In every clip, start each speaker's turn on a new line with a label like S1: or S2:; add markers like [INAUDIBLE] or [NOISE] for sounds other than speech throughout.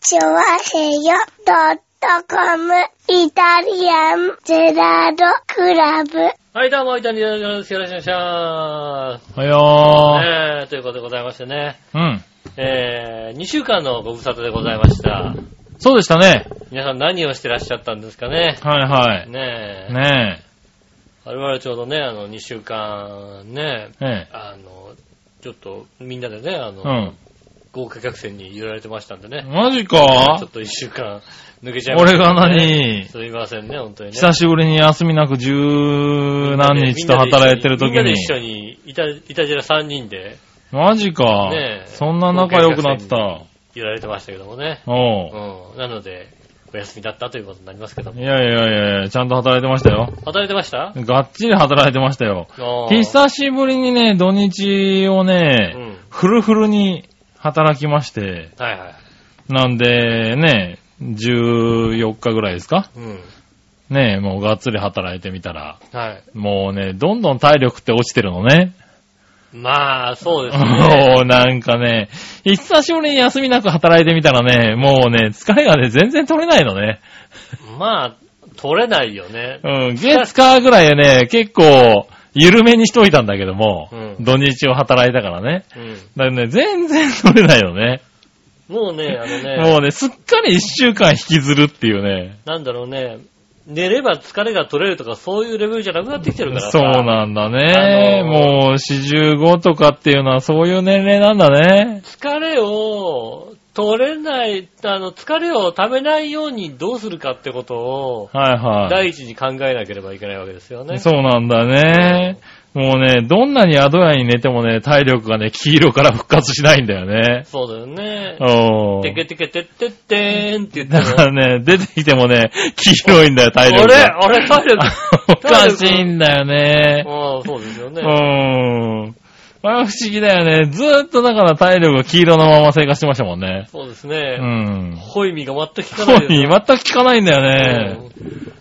S1: チョワヘヨドットコムイタリアンゼラードクラブ。
S2: はい、どうも、いたりです。よろしくお願いします。
S3: はよ
S2: ねえということでございましてね、
S3: ー。うん。
S2: えー、2週間のご無沙汰でございました。
S3: そうでしたね。
S2: 皆さん何をしてらっしゃったんですかね。
S3: はいはい。
S2: ねえ。
S3: ね
S2: 我々ちょうどね、あの、2週間ね、
S3: え。ね
S2: あの、ちょっとみんなでね、あの、
S3: え。うん。
S2: 豪華客船に揺られてましたんでね。
S3: マ
S2: ちょ
S3: ジか
S2: っと1週間抜けちゃいまし
S3: 俺
S2: た、
S3: が何
S2: すみませんね、本当にね。
S3: 久しぶりに休みなく十何日と働いてる時
S2: みんなで
S3: に。
S2: 一緒に、いた、いたじら3人で
S3: マジか
S2: ねえ。
S3: そんな仲良くなった。
S2: 揺られてましたけどもね。
S3: おう。
S2: うん。なので、お休みだったということになりますけど
S3: い
S2: も。
S3: やいやいやいや、ちゃんと働いてましたよ。
S2: 働いてました
S3: がっちり働いてましたよ。
S2: あー
S3: 久しぶりにね、土日を
S2: う
S3: ね、
S2: ん。
S3: フルフルに働きまして、
S2: はいはい。
S3: なんでね、14日ぐらいですか
S2: うん。
S3: ねえ、もうがっつり働いてみたら、
S2: はい。
S3: もうね、どんどん体力って落ちてるのね。
S2: まあ、そうですね。
S3: [LAUGHS] もうなんかね、久しぶりに休みなく働いてみたらね、もうね、疲れがね、全然取れないのね。
S2: まあ、取れないよね。
S3: うん、月火ぐらいね、結構、緩めにしといたんだけども、
S2: うん
S3: 土日を働いたからね。
S2: うん。
S3: だからね、全然取れないよね。
S2: もうね、あのね、
S3: [LAUGHS] もうね、すっかり一週間引きずるっていうね。
S2: なんだろうね、寝れば疲れが取れるとか、そういうレベルじゃなくなってきてるからさ。
S3: そうなんだね。
S2: あのー
S3: もう、四十五とかっていうのはそういう年齢なんだね。
S2: 疲れを取れない、あの、疲れをためないようにどうするかってことを、
S3: はいはい。
S2: 第一に考えなければいけないわけですよね。
S3: そうなんだね。もうね、どんなに宿屋に寝てもね、体力がね、黄色から復活しないんだよね。
S2: そうだよね。
S3: お
S2: てけ
S3: ー。
S2: てけてってってーんって言って
S3: だか
S2: も、
S3: らね、出てきてもね、黄色いんだよ、体力
S2: 俺、
S3: が。、
S2: 俺体力
S3: [LAUGHS] おかしいんだよね。
S2: ああ、そうですよ
S3: う
S2: ね。
S3: ん。あれは不思議だよね。ずーっとだから体力が黄色のまま生活してましたもんね。
S2: そうです
S3: う
S2: ね。
S3: ん。
S2: ホイミが全く効かな
S3: ホ
S2: い
S3: イミ全く効かないんだよね。
S2: ね。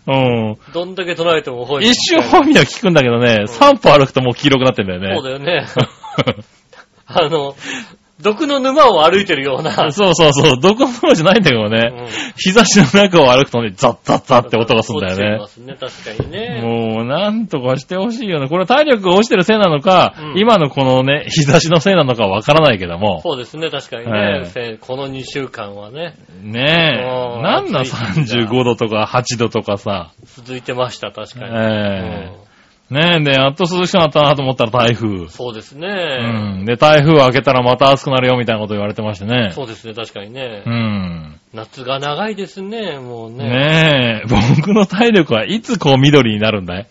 S3: うん。
S2: どんだけ捉えてもホイミ。
S3: 一瞬ホイミは効くんだけどね、3歩歩くともう黄色くなってんだよね。
S2: そうだよね。 [LAUGHS]
S3: [LAUGHS]
S2: あの、毒の沼を歩いてるような。
S3: そうそうそう、どこもじゃないんだけどね。
S2: うん
S3: 日差しの中を歩くとね、ザッザッザッって音がするんだよ
S2: 落ちてますね、確かに
S3: ね。
S2: ね。
S3: もう、なんとかしてほしいよね。これは体力が落ちてるせいなのか、
S2: うん
S3: 今のこのね、日差しのせいなのかわからないけども。
S2: そうですね、確かに
S3: は
S2: ね
S3: い。
S2: せこの2週間はね、
S3: ね
S2: う
S3: え。
S2: ん
S3: なんだ
S2: 暑いんだ
S3: 35度とか8度とかさ。
S2: 続いてました、確かに。
S3: ええ
S2: うん
S3: ねえ、で、やっと涼しくなったなと思ったら台風。
S2: そうです
S3: う
S2: ね。
S3: ん。で、台風を開けたらまた暑くなるよみたいなこと言われてましてね。
S2: そうですね、確かにね
S3: う。ん。
S2: 夏が長いですね、もうね。
S3: ねえ、僕の体力はいつこう緑になるんだい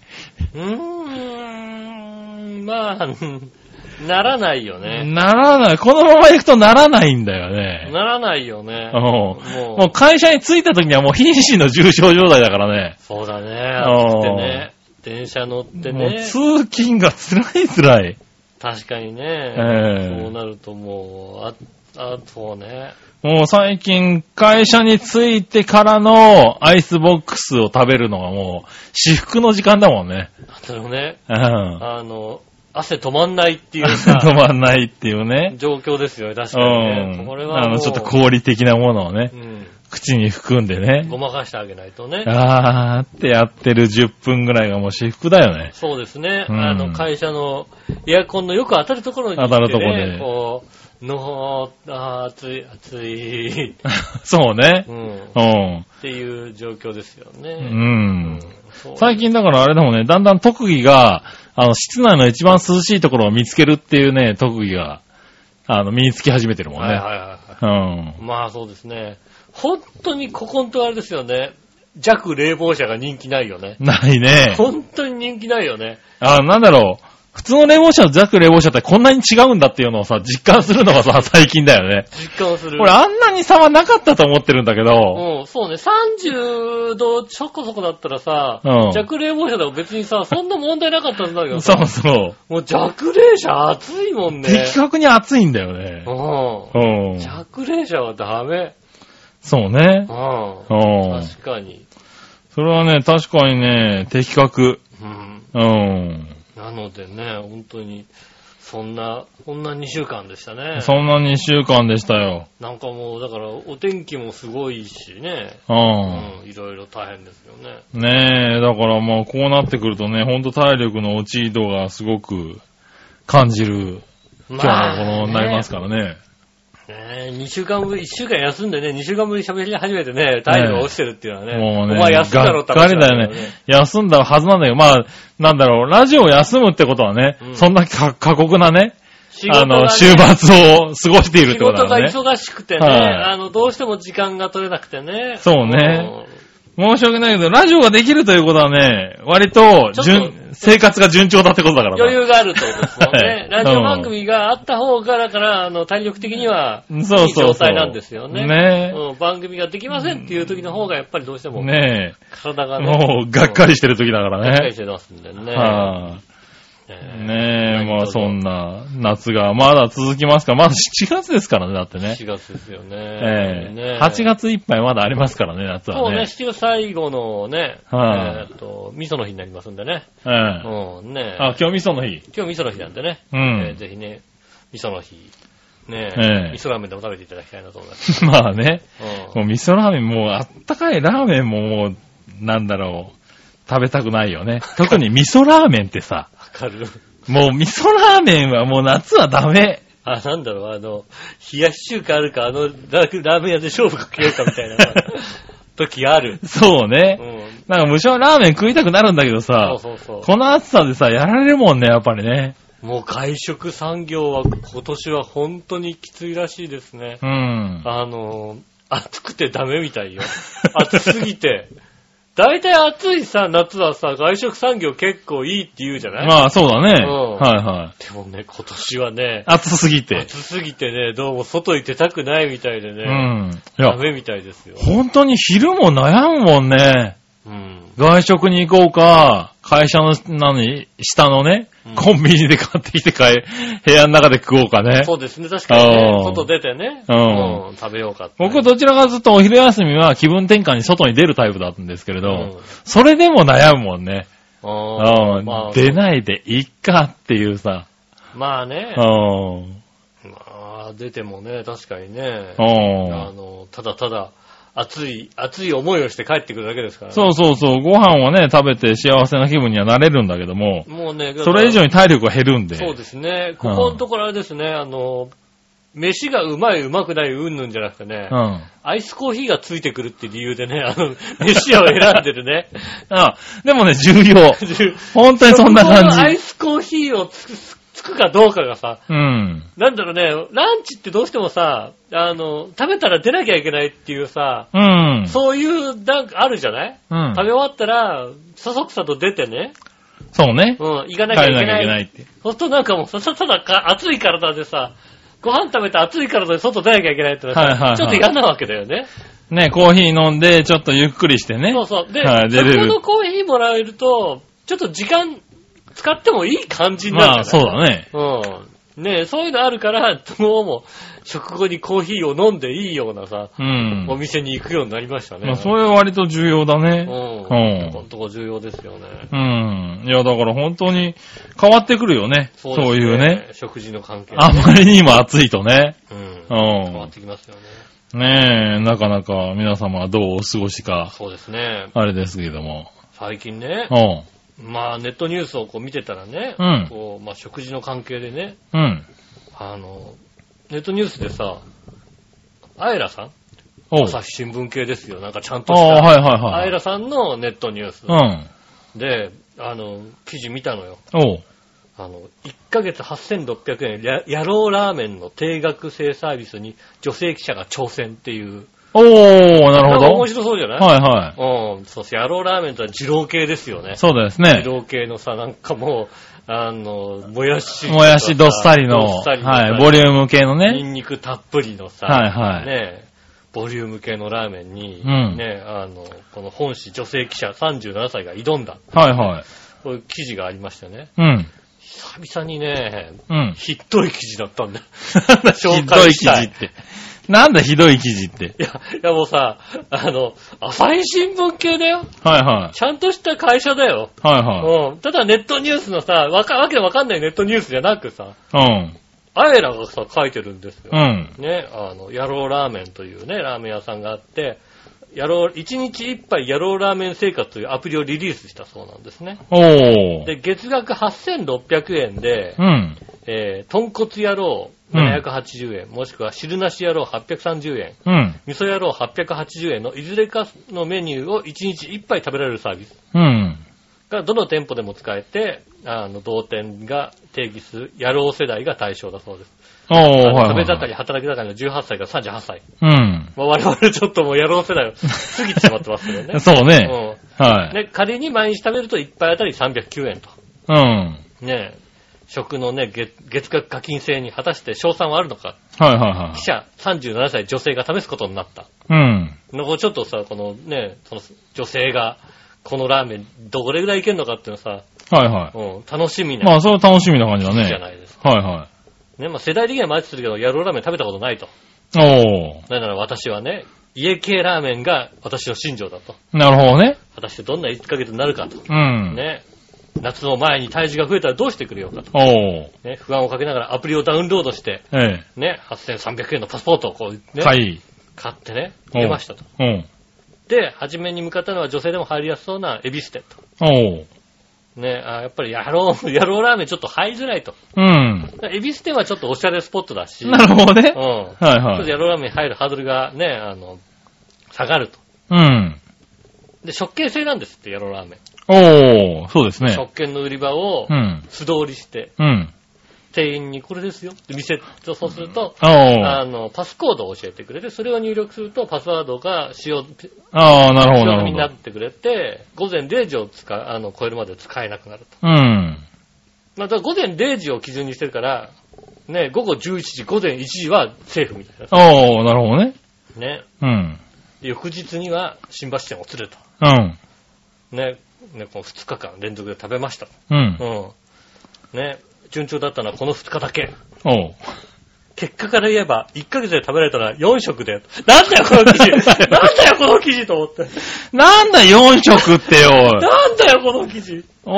S3: う
S2: ーん、まあ、 [LAUGHS] ならないよね。
S3: ならない。このまま行くとならないんだよね。
S2: ならないよね。
S3: もうも
S2: も
S3: う会社に着いた時にはもう瀕死の重症状態だからね。
S2: う、そうだね、
S3: うん
S2: 暑くてね。電車乗って
S3: もう
S2: ね。
S3: 通勤が辛い辛い。
S2: 確かにね。
S3: え
S2: そ
S3: え
S2: うなるともう、あ、あとね。
S3: もう最近会社に着いてからのアイスボックスを食べるのがもう至福の時間だもんね。
S2: あとね、
S3: うん。
S2: あの、汗止まんないっていう
S3: 汗
S2: さ、
S3: [LAUGHS] 止まんないっていうね。
S2: 状況ですよね、確
S3: う
S2: かにね。
S3: ん。
S2: これは
S3: あ
S2: もう、
S3: の、ちょっと合理的なものをね
S2: う、ん、
S3: 口に含んでね
S2: ご。まかしてあげないとね。
S3: あーってやってる10分ぐらいがもう至福だ
S2: [LAUGHS]
S3: よね。
S2: そうですね、
S3: うん
S2: あの、会社のエアコンのよく当たるところに行って、ね、
S3: 当たるとこで
S2: こう、のー、あー暑い、暑い、
S3: そうね
S2: う。ん、っ
S3: うん。
S2: ていう状況ですよ
S3: う。
S2: ね。うんそう
S3: 最近だからあれだもんね、だんだん特技が、あの、室内の一番涼しいところを見つけるっていうね、特技が、あの、身につき始めてるもん
S2: はい
S3: ね。
S2: はいはいは
S3: う
S2: い。。
S3: ん
S2: まあそうですね。本当にここんとあれですよね。弱冷房車が人気ないよね。
S3: ないね。
S2: 本当に人気ないよね。
S3: あ、なんだろう。普通の冷房車と弱冷房車ってこんなに違うんだっていうのをさ、実感するの
S2: [LAUGHS]
S3: がさ、最近だよね。
S2: 実感する。
S3: 俺あんなに差はなかったと思ってるんだけど、
S2: うん、そうね。30度ちょこそこだったらさ、
S3: うん
S2: 弱冷房車でも別にさ、そんな問題なかったんだけどさ、
S3: そうそう。
S2: もう弱冷車暑いもんね。
S3: 的確に暑いんだよね。
S2: う。
S3: うんん。
S2: 弱冷車はダメ。
S3: そうね
S2: う。ん。
S3: うん。
S2: 確かに。
S3: それはね、確かにね、的確。
S2: うん。
S3: うん。
S2: なのでね、本当に、そんな、こんな2週間でしたね。
S3: そんな2週間でしたよ。
S2: なんかもう、だから、お天気もすごいしね。
S3: う。
S2: うんん、いろいろ大変ですよね。
S3: ねえ、だからまあこうなってくるとね、ほんと体力の落ち度がすごく感じる今日のこのなりますからね。
S2: ら。ね2週間ぶり、1週間休んでね、2週間ぶり喋り始めてね、体力が落ちてるっていうのはね。
S3: もうね、
S2: お前休んだろって
S3: がっか
S2: 話
S3: り
S2: な
S3: だ
S2: ん
S3: よ
S2: けど
S3: ね。。休んだはずなんだけど、まあ、なんだろう、ラジオを休むってことはね、
S2: うん
S3: そんなか過酷なね、
S2: 仕
S3: あ
S2: 事がね
S3: の、週末を過ごしているっ
S2: 仕
S3: てこ
S2: 事
S3: とだ
S2: が
S3: からね。
S2: 忙しくてね、
S3: はい
S2: あの、どうしても時間が取れなくてね。
S3: そうね
S2: うん。
S3: 申し訳ないけど、ラジオができるということはね、割と、
S2: ちょっと
S3: 順、生活が順調だってことだからな
S2: 余裕があるってことですよ
S3: [LAUGHS] は
S2: ね
S3: い。
S2: ラジオ番組があった方が、だから、あの、体力的には、いい
S3: そうそうそう
S2: 状態なんですよね。
S3: ね
S2: うん、番組ができませんっていう時の方が、やっぱりどうしても、
S3: ね
S2: 体
S3: え、
S2: がね。
S3: もう、がっかり
S2: し
S3: してる時だか
S2: てがっ
S3: ら
S2: かり
S3: ね
S2: し。てますんでね。
S3: はい
S2: ね
S3: ねえ、まあそん
S2: な。
S3: な夏がまだ続きますから、まだ7月ですからね、だってね。
S2: 4月ですよね。
S3: え
S2: ね
S3: え8月いっぱいまだありますからね、
S2: そ
S3: 夏は
S2: うね、
S3: ね。
S2: 7月最後のね、
S3: はい
S2: えーっと、味噌の日になりますんでね。
S3: ええ
S2: うん、ね
S3: あ、今日味噌の日。 [LAUGHS]
S2: 今日味噌の日なんでね。
S3: う
S2: えー
S3: ん。
S2: ぜひね、味噌の日、ね
S3: ええ
S2: 味噌ラーメンでも食べていただきたいなと
S3: [LAUGHS]
S2: 思います。
S3: まあね、
S2: う
S3: も
S2: ん
S3: う味噌ラーメン、もうあったかいラーメンももう、なんだろう、食べたくない
S2: [LAUGHS]
S3: よね。特に味噌ラーメンってさ、
S2: わかる。
S3: もう味噌ラーメンはもう夏はダメ。
S2: あ、なんだろう、あの、冷やし中華あるか、あのララーメン屋で勝負かけようかみ
S3: [LAUGHS]
S2: たいな時ある。
S3: そう
S2: う
S3: ね。
S2: ん。
S3: なんか無償ラーメン食いたくなるんだけど
S2: そ
S3: さ
S2: う、そうそ
S3: この暑さでさ、やられるもんね、やっぱりね。
S2: う。もう外食産業は今年は本当にきついらしいですね。
S3: うん。
S2: あのー、暑くてダメみた
S3: [LAUGHS]
S2: いよ。暑すぎて。大体暑いさ、夏はさ、外食産業結構いいって言うじゃない、
S3: [LAUGHS] まあそうだね。
S2: うん
S3: はいはい。
S2: でもね、今年はね、
S3: 暑すぎて。
S2: 暑すぎてね、どうも外に出たくないみたいで
S3: う
S2: ね、
S3: ん。い
S2: ダ
S3: や、
S2: メみたいですよ。
S3: 本当に昼も悩むもんね。
S2: うん。
S3: 外食に行こうか、会社の、何、下のね
S2: うん、
S3: コンビニで買ってきて買え、部屋の中で食おうかね。
S2: そうですね、確かにね
S3: う、ん
S2: 外出てね、
S3: うん
S2: うん食べようかって。
S3: 僕どちらかずっとお昼休みは気分転換に外に出るタイプだったんですけれ
S2: うん
S3: ど、それでも悩むもんね。
S2: う
S3: うんん
S2: まあ、
S3: 出ないでいっかっていうさ。
S2: まあね
S3: う、ん。
S2: まあ、出てもね、確かにね、あ
S3: うん
S2: の、ただただ、暑い、暑い思いをして帰ってくるだけですからね。
S3: そうそうそう、ご飯をね、食べて幸せな気分にはなれるんだけども、
S2: もうね、
S3: それ以上に体力が減るんで。
S2: そうですね、ここのところあれですね、あの、飯がうまいうまくないうんぬんじゃなくてね、
S3: うん。
S2: アイスコーヒーがついてくるって理由でね、あの、飯屋を選んでるね。
S3: あ、でもね、重要。 [LAUGHS] 本当にそんな
S2: そこのア
S3: 感
S2: イ
S3: じ。
S2: スコーヒーをつく、つくかどうかがさ、
S3: うん。
S2: なんだろうね、ランチってどうしてもさ、あの、食べたら出なきゃいけないっていうさ、
S3: うん。
S2: そういう、なんかあるじゃない、
S3: うん
S2: 食べ終わったら、そそくさと出てね、
S3: そうね。
S2: うん、行かなきゃ
S3: 帰
S2: い
S3: らな
S2: け
S3: きゃ
S2: ないい。
S3: けないって。
S2: そうするとなんかもう、ただただか暑い体でさ、ご飯食べて暑い体で外出なきゃいけないってのはさ、
S3: はいはいはい
S2: ちょっと嫌なわけだよね。
S3: ね、コーヒー飲んで、ちょっとゆっくりしてね。
S2: そうそう。で、
S3: はい出れる
S2: そこのコーヒーもらえると、ちょっと時間使ってもいい感じにな
S3: ま
S2: る
S3: あ、
S2: じ
S3: そ
S2: ゃ
S3: う
S2: ない
S3: だね。
S2: そうだね。うん。ねえそういうのあるから、どうも、食後にコーヒーを飲んでいいようなさ、
S3: うん
S2: お。店に行くようになりましたね。
S3: まあ、それは割と重要だ
S2: う
S3: ね。
S2: ん。
S3: うん
S2: 本当こ重要ですよね。
S3: うん。いや、だから本当に変わってくるよね。そう
S2: です
S3: いうね。。
S2: 食事の関係、
S3: あまりにも暑いとね。
S2: うん
S3: う。
S2: 変わっ
S3: ん。
S2: てきますよね。
S3: ねえ、なかなか皆様はどうお過ごしか、
S2: そうですね。
S3: あれですけれども。
S2: 最近ね、
S3: うん。
S2: まあネットニュースをこう見てたらね、
S3: うん
S2: こう、まあ食事の関係でね、
S3: うん。
S2: あの、ネットニュースでさ、アイラさん
S3: おう。
S2: 朝日新聞系ですよ。なんかちゃん
S3: あ
S2: と
S3: あ、
S2: した。
S3: はいはいはい。
S2: アイラさんのネットニュース。
S3: うん。
S2: で、あの、記事見たのよ。
S3: おう。
S2: あの、1ヶ月8600円、や野郎ラーメンの定額制サービスに女性記者が挑戦っていう。
S3: おー、なる
S2: なんか
S3: ほ
S2: 面
S3: ど。
S2: 白そうじゃない、
S3: はいは
S2: うん、そうそう、野郎ラーメンとは二郎系ですよね
S3: い。。そうですね
S2: 二。郎系のさ、なんかもう、あの、もやしとかさ。
S3: もやしどっさりの、
S2: どっさりの
S3: はい、ボリューム系の
S2: ニ
S3: ね。
S2: ンニクたっぷりのさ、
S3: はいはい
S2: ねえボリューム系のラーメンに、
S3: うん
S2: ねえあの、この本誌女性記者37歳が挑んだ、
S3: はいはい。
S2: こういう記事がありましてね、
S3: うん。
S2: 久々にね、
S3: うん。 [LAUGHS]。
S2: ひっどい記事だったんだよ
S3: ひどい記事って。なんだひどい記事って。
S2: いや、いやもうさ、あの、朝日新聞系だよ。
S3: はいは
S2: ちゃんとした会社だよ。
S3: い。は
S2: うん。ただネットニュースのさ、わか、わけわかんないネットニュースじゃなくさ、
S3: いはい。
S2: あえらがさ、書いてるんですよ
S3: うん。う。ん。
S2: ね、あの、野郎ラーメンというね、ラーメン屋さんがあって、野郎、1日一杯野郎ラーメン生活というアプリをリリースしたそうなんですね。
S3: おー。
S2: で、月額8600円で、
S3: うん。
S2: えー、豚骨野郎780円、もしくは汁なし野郎830円、
S3: うん。
S2: 味噌野郎880円のいずれかのメニューを1日一杯食べられるサービス
S3: うん。
S2: がどの店舗でも使えて、あの、同店が定義する野郎世代が対象だそうです。
S3: おー、はい
S2: あの
S3: はい。
S2: 食べ盛り、働き盛りの18歳から38歳。
S3: うん。
S2: まあ、我々ちょっともう野郎世代を過ぎてしまってますけどね。
S3: そう
S2: う
S3: [LAUGHS] ね。は
S2: ん。
S3: い。
S2: で、仮に毎日食べると1杯あたり309円と。
S3: うん。
S2: ねえ、食のね、月月額課金制に果たして賞賛はあるのか。
S3: はいはいは
S2: 記者37歳女性が試すことになった。
S3: い。うん。
S2: のこうちょっとさ、このね、その女性が、このラーメンどれぐらいいけるのかっていうのさ、
S3: はいは
S2: うん、楽しみ
S3: い。ま
S2: な
S3: あ、それは楽しみな感じだ
S2: じゃ
S3: ね。
S2: ないですか。
S3: はいは
S2: ね、まあ世代的にはマッチするけど、野郎ラーメン食べたことないと。
S3: い。お
S2: だから私はね、家系ラーメンが私の信条だと。
S3: ー。なるほどね。
S2: 果たしてどんな1ヶ月になるかと。
S3: うん。
S2: ね。夏の前に体重が増えたらどうしてくれようかと。
S3: おー。
S2: ね。不安をかけながらアプリをダウンロードして、
S3: え
S2: ね。8300円のパスポートをこう、
S3: え。
S2: ね。
S3: はい。
S2: 買ってね。
S3: おう
S2: 出ましたと。
S3: うん。
S2: で、初めに向かったのは女性でも入りやすそうなエビステと。
S3: おー。
S2: ね。あやっぱり野郎、 [LAUGHS] 野郎ラーメンちょっと入りづらいと。
S3: うん。
S2: エビステはちょっとおしゃれスポットだし。
S3: なるほどね
S2: う。ん。
S3: はい
S2: ちょっ
S3: は
S2: と
S3: い。
S2: 野郎ラーメン入るハードルがね、あの、下がると。
S3: うん。
S2: で、食券制なんですって、野郎ラーメン。
S3: おー。そうですね。
S2: 食券の売り場を
S3: うん。
S2: 素通りして、
S3: うん。
S2: 店員にこれですよって見せと、そうすると、
S3: おー。
S2: あの、パスコードを教えてくれて、それを入力するとパスワードが使用、使
S3: あー、なるほ
S2: 用
S3: ど、な
S2: 済みにな
S3: る
S2: っ
S3: ほ
S2: てくれて、午前0時を使う、あの、超えるまで使えなくなると。
S3: ど。うん。
S2: まあだから午前0時を基準にしてるから、ね、午後11時、午前1時はセーフみたい
S3: おー、なるほどね。
S2: な。ね。
S3: うん。
S2: 翌日には新橋店を連れた。
S3: うん。
S2: ね。ね、この2日間連続で食べました。
S3: うん
S2: う。ん。ね。順調だったのはこの2日だけ。
S3: おう。
S2: 結果から言えば、1ヶ月で食べられたら4食で。なんだよ、この記事なんだよ、この記事と思って。
S3: なんだ4色ってよ。
S2: [LAUGHS] なんだよ、この記事。
S3: お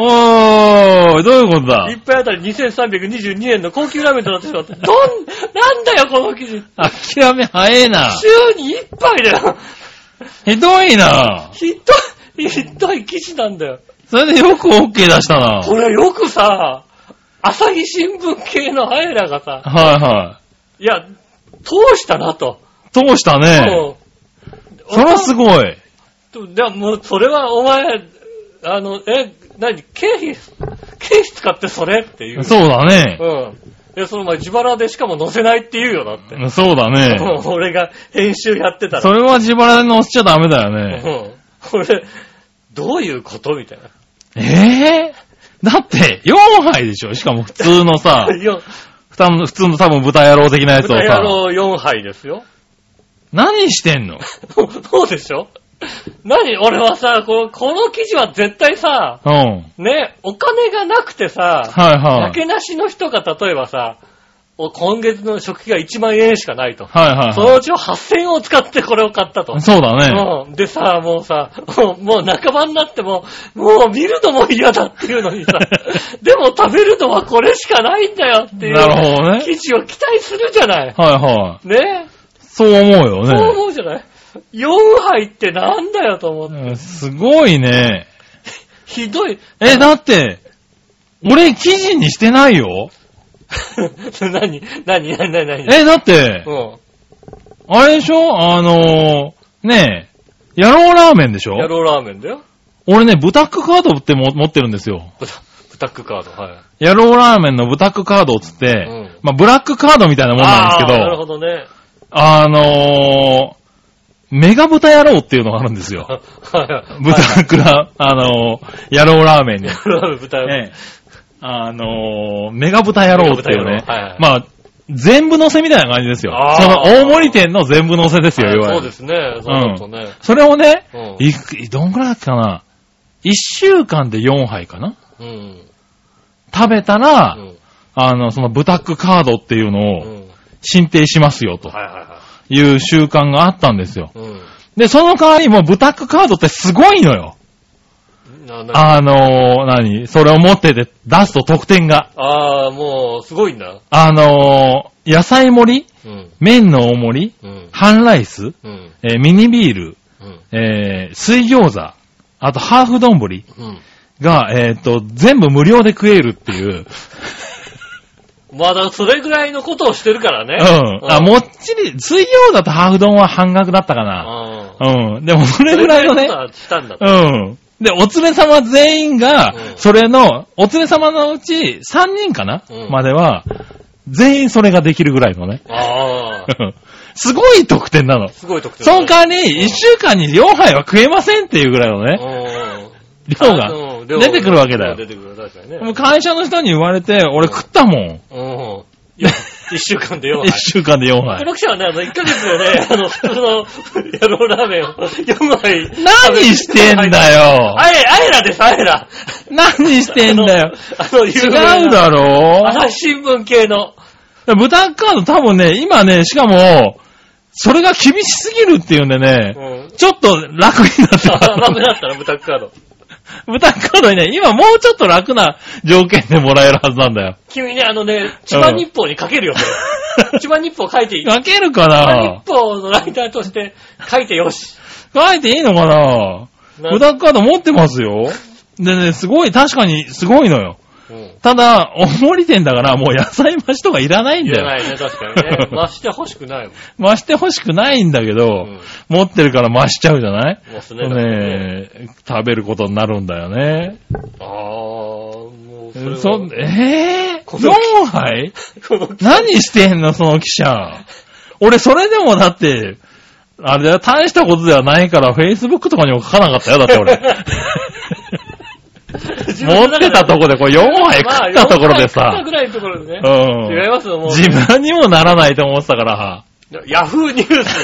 S3: ー、どういうことだ
S2: 一杯あたり2322円の高級ラーメンとなってしま
S3: [LAUGHS]
S2: った。どん、なんだよ、この記事。
S3: 諦め早えな。
S2: 週に1杯だよ。
S3: ひどいな。
S2: ひっどい、 [LAUGHS] ひっどい記事なんだよ。
S3: それでよく OK 出したな。はい
S2: これよくさ、朝日新聞系のあえらがさ、
S3: はい
S2: や、通したなと。
S3: い。通したね。
S2: うん
S3: そらすごい。
S2: でも、もう、それはお前、あの、え、何、経費、経費使ってそれっていう。
S3: そうだね。
S2: うん。で、その前自腹でしかも載せないって言うよ、だって。
S3: そうだね。
S2: うん [LAUGHS] 俺が編集やってたら。
S3: それは自腹で乗せちゃダメだよね。
S2: うん。これ、どういうことみたいな。
S3: ええだって、4杯でしょしかも普通の
S2: [LAUGHS]
S3: さ、
S2: よ
S3: 普通の普通の多分豚野郎的なやつを
S2: 豚野
S3: さ、
S2: 郎4杯ですよ。 [LAUGHS]
S3: 何してんの
S2: そうでしょ何俺はさこの、この記事は絶対さ、
S3: うん。はい
S2: ね、お金がなくてさ、
S3: は
S2: なけ
S3: い。
S2: なしの人が例えばさ、お今月の食費が1万円しかないと。
S3: はい
S2: そ
S3: は
S2: のうちの8000円を使ってこれを買ったと
S3: い。。そうだね。
S2: うん、でさ、もうさ、もうもう半ばになっても、もう見るのも嫌だっていうの
S3: [LAUGHS]
S2: にさ、でも食べるのはこれしかないんだよっていう、
S3: なるほどね
S2: 記事を期待するじゃない。
S3: はいはい。
S2: ね
S3: そう思うよ
S2: そう
S3: ね。
S2: 思うじゃない ?4 杯ってなんだよと思って。
S3: うんすごいね。
S2: ひどい。
S3: え、だって、俺記事にしてないよ。
S2: [LAUGHS] 何何何何何
S3: え、だって
S2: う、ん。
S3: あれでしょあのー、ねえ、野郎ラーメンでしょ
S2: 野郎ラーメンだよ。
S3: 俺ね、ブタックカードっても持ってるんですよ。
S2: ブタブタックカード、はい。
S3: 野郎ラーメンのブタックカードっつって、
S2: うん
S3: まあ、ブラックカードみたいなもんなんですけ
S2: あー
S3: ど、
S2: なるほどね。
S3: あのー、メガ豚野郎っていうのがあるんですよ。
S2: はい。
S3: ブタックラ、あのー、野郎ラーメンに。
S2: 野郎
S3: [LAUGHS]
S2: ラーメン、 [LAUGHS] 豚野郎。
S3: ええ。あのー、メガ豚野郎ってい
S2: メ
S3: う
S2: ガ
S3: ね。
S2: 豚野郎はい
S3: まあ、全部乗せみたいな感じですよ。
S2: あー
S3: その大盛り店の全部乗せですよ、いわ
S2: そ
S3: ゆ
S2: うで
S3: る。
S2: すね。そうだとね。
S3: それをね、
S2: うん
S3: いく、どんくらいだっけかな。一週間で4杯かな
S2: うん。
S3: 食べたら、
S2: うん
S3: あの、そのブタックカードっていうの
S2: う
S3: を
S2: ん。
S3: 申請しますよと
S2: はいはいは
S3: いう習慣があったんですよ。
S2: うん。
S3: で、その代わりもうブタックカードってすごいのよ。
S2: なな
S3: あのー、何それを持ってて出すと得点が。
S2: あー、もう、すごいんだ。
S3: あのー、野菜盛り
S2: うん。
S3: 麺の大盛り
S2: うん。
S3: 半ライス
S2: うん。
S3: えーミニビール
S2: うん。
S3: えー水餃子あとハーフ丼
S2: うん。
S3: が、えーっと、全部無料で食えるっていう。
S2: まだそれぐらいのことをしてるからね。
S3: うん。あ、
S2: うん
S3: もっちり、水餃子とハーフ丼は半額だったかな。
S2: あー
S3: うん。でも、そ
S2: そ
S3: れぐらいのね。
S2: ことはしたんだ。
S3: うん。で、おつめ様全員が
S2: う、ん
S3: それの、おつめ様のうち3人かな、
S2: うん
S3: までは、全員それができるぐらいのね。
S2: ああ。
S3: すごい得点なの。
S2: すごい特典
S3: そ
S2: だ
S3: の
S2: ね。
S3: 代わり、1週間に4杯は食えませんっていうぐらいのね、
S2: うん。
S3: 量が。
S2: あの
S3: 出てくるわけだよ
S2: 出てくる、確かにね。
S3: もう会社の人に言われて、俺食ったもん。
S2: うん。いや一週間で4
S3: 1
S2: 杯。
S3: 週間で4
S2: プ
S3: 杯。
S2: ロ記者はね、あの、1ヶ月でね、あの、普通の野郎ラーメンを4杯。
S3: 何してんだよ
S2: あえ、あえらです、あえら。
S3: 何してんだよ
S2: あの、あの
S3: 違うだろ
S2: 朝日新聞系の。
S3: ブタカード多分ね、今ね、しかも、それが厳しすぎるっていうんでね
S2: う、 [LAUGHS] ん。
S3: ちょっと楽になっ
S2: あ、 [LAUGHS] ダメだ
S3: た。
S2: ったら、ブタックカード。
S3: ブタカードにね、今もうちょっと楽な条件でもらえるはずなんだよ。
S2: 君ね、あのね、千葉日報に書けるよ、それ。千葉日報書いていい。千
S3: 書けるか
S2: 葉
S3: な
S2: 日報のライターとして書いてよし。
S3: 書いていいのかな
S2: な
S3: ブタカード持ってますよ。でね、すごい、確かにすごいのよ。
S2: うん。
S3: ただ、大盛り店だからもう野菜増しとかいらないん
S2: い
S3: だ
S2: ら
S3: よ。
S2: ないね、確かに
S3: [LAUGHS]
S2: ね。増して欲しくないもん。
S3: 増して欲しくないんだけど、
S2: うん
S3: 持ってるから増しちゃうじゃない
S2: もうすね。だからね
S3: ねえ、食べることになるんだよね。
S2: ああ、もうそれは、
S3: そ、えぇ、
S2: この
S3: ?4 杯
S2: この
S3: 何してんの、その記者。俺、それでもだって、あれだよ、大したことではないから、Facebook とかにも書かなかったよ、だって
S2: [LAUGHS]
S3: 俺。持ってたとこで、これ4杯食ったとこ
S2: まあ4杯食っ
S3: ろで
S2: た
S3: さ、
S2: ぐらいのところでね。違いうますよ、
S3: ん。
S2: も
S3: 自分にもならないと思ってたから、
S2: う。ヤフーニュース、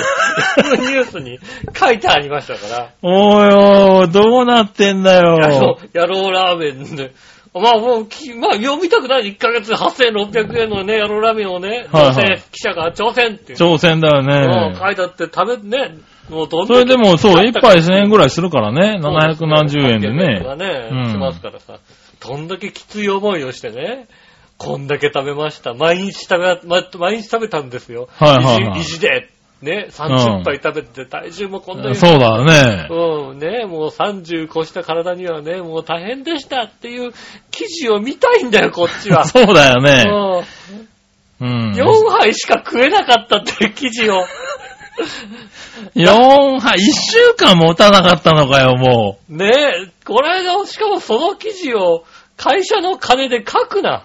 S2: ヤフーニュースに書いてありましたから。
S3: おいおい、どうなってんだ
S2: やろ
S3: よ。
S2: う、やろうラーメンで。まあもうき、まあ読みたくない1ヶ月で8600円のね、やろうラーメンをね、
S3: はい
S2: 女
S3: はい
S2: 性記者が挑戦っていう。
S3: 挑戦だよ
S2: うん
S3: ね。
S2: 書いてあって食べ、ね、もうどん
S3: そ
S2: ど
S3: れ
S2: ん
S3: でも、そう、1杯1000円ぐらいするからね、770円で
S2: 800
S3: ね。
S2: がね、
S3: うん
S2: しますからさ、どんだけきつい思いをしてね、こんだけ食べました。毎日食べ、ま毎日食べたんですよ。
S3: はいはいはい
S2: 意地意地で、ね、
S3: うん
S2: 30杯食べて、体重もこんなに。
S3: そうだね。
S2: うん、ね、もう30越した体にはね、もう大変でしたっていう記事を見たいんだよ、こっちは。
S3: [LAUGHS] そうだよ
S2: う
S3: ね。
S2: ん
S3: うん。
S2: 4杯しか食えなかったっていう記事を。 [LAUGHS]
S3: 4杯、1週間持たなかったのかよ、も
S2: ねえ、この間、しかもその記事を会社の金で書くな。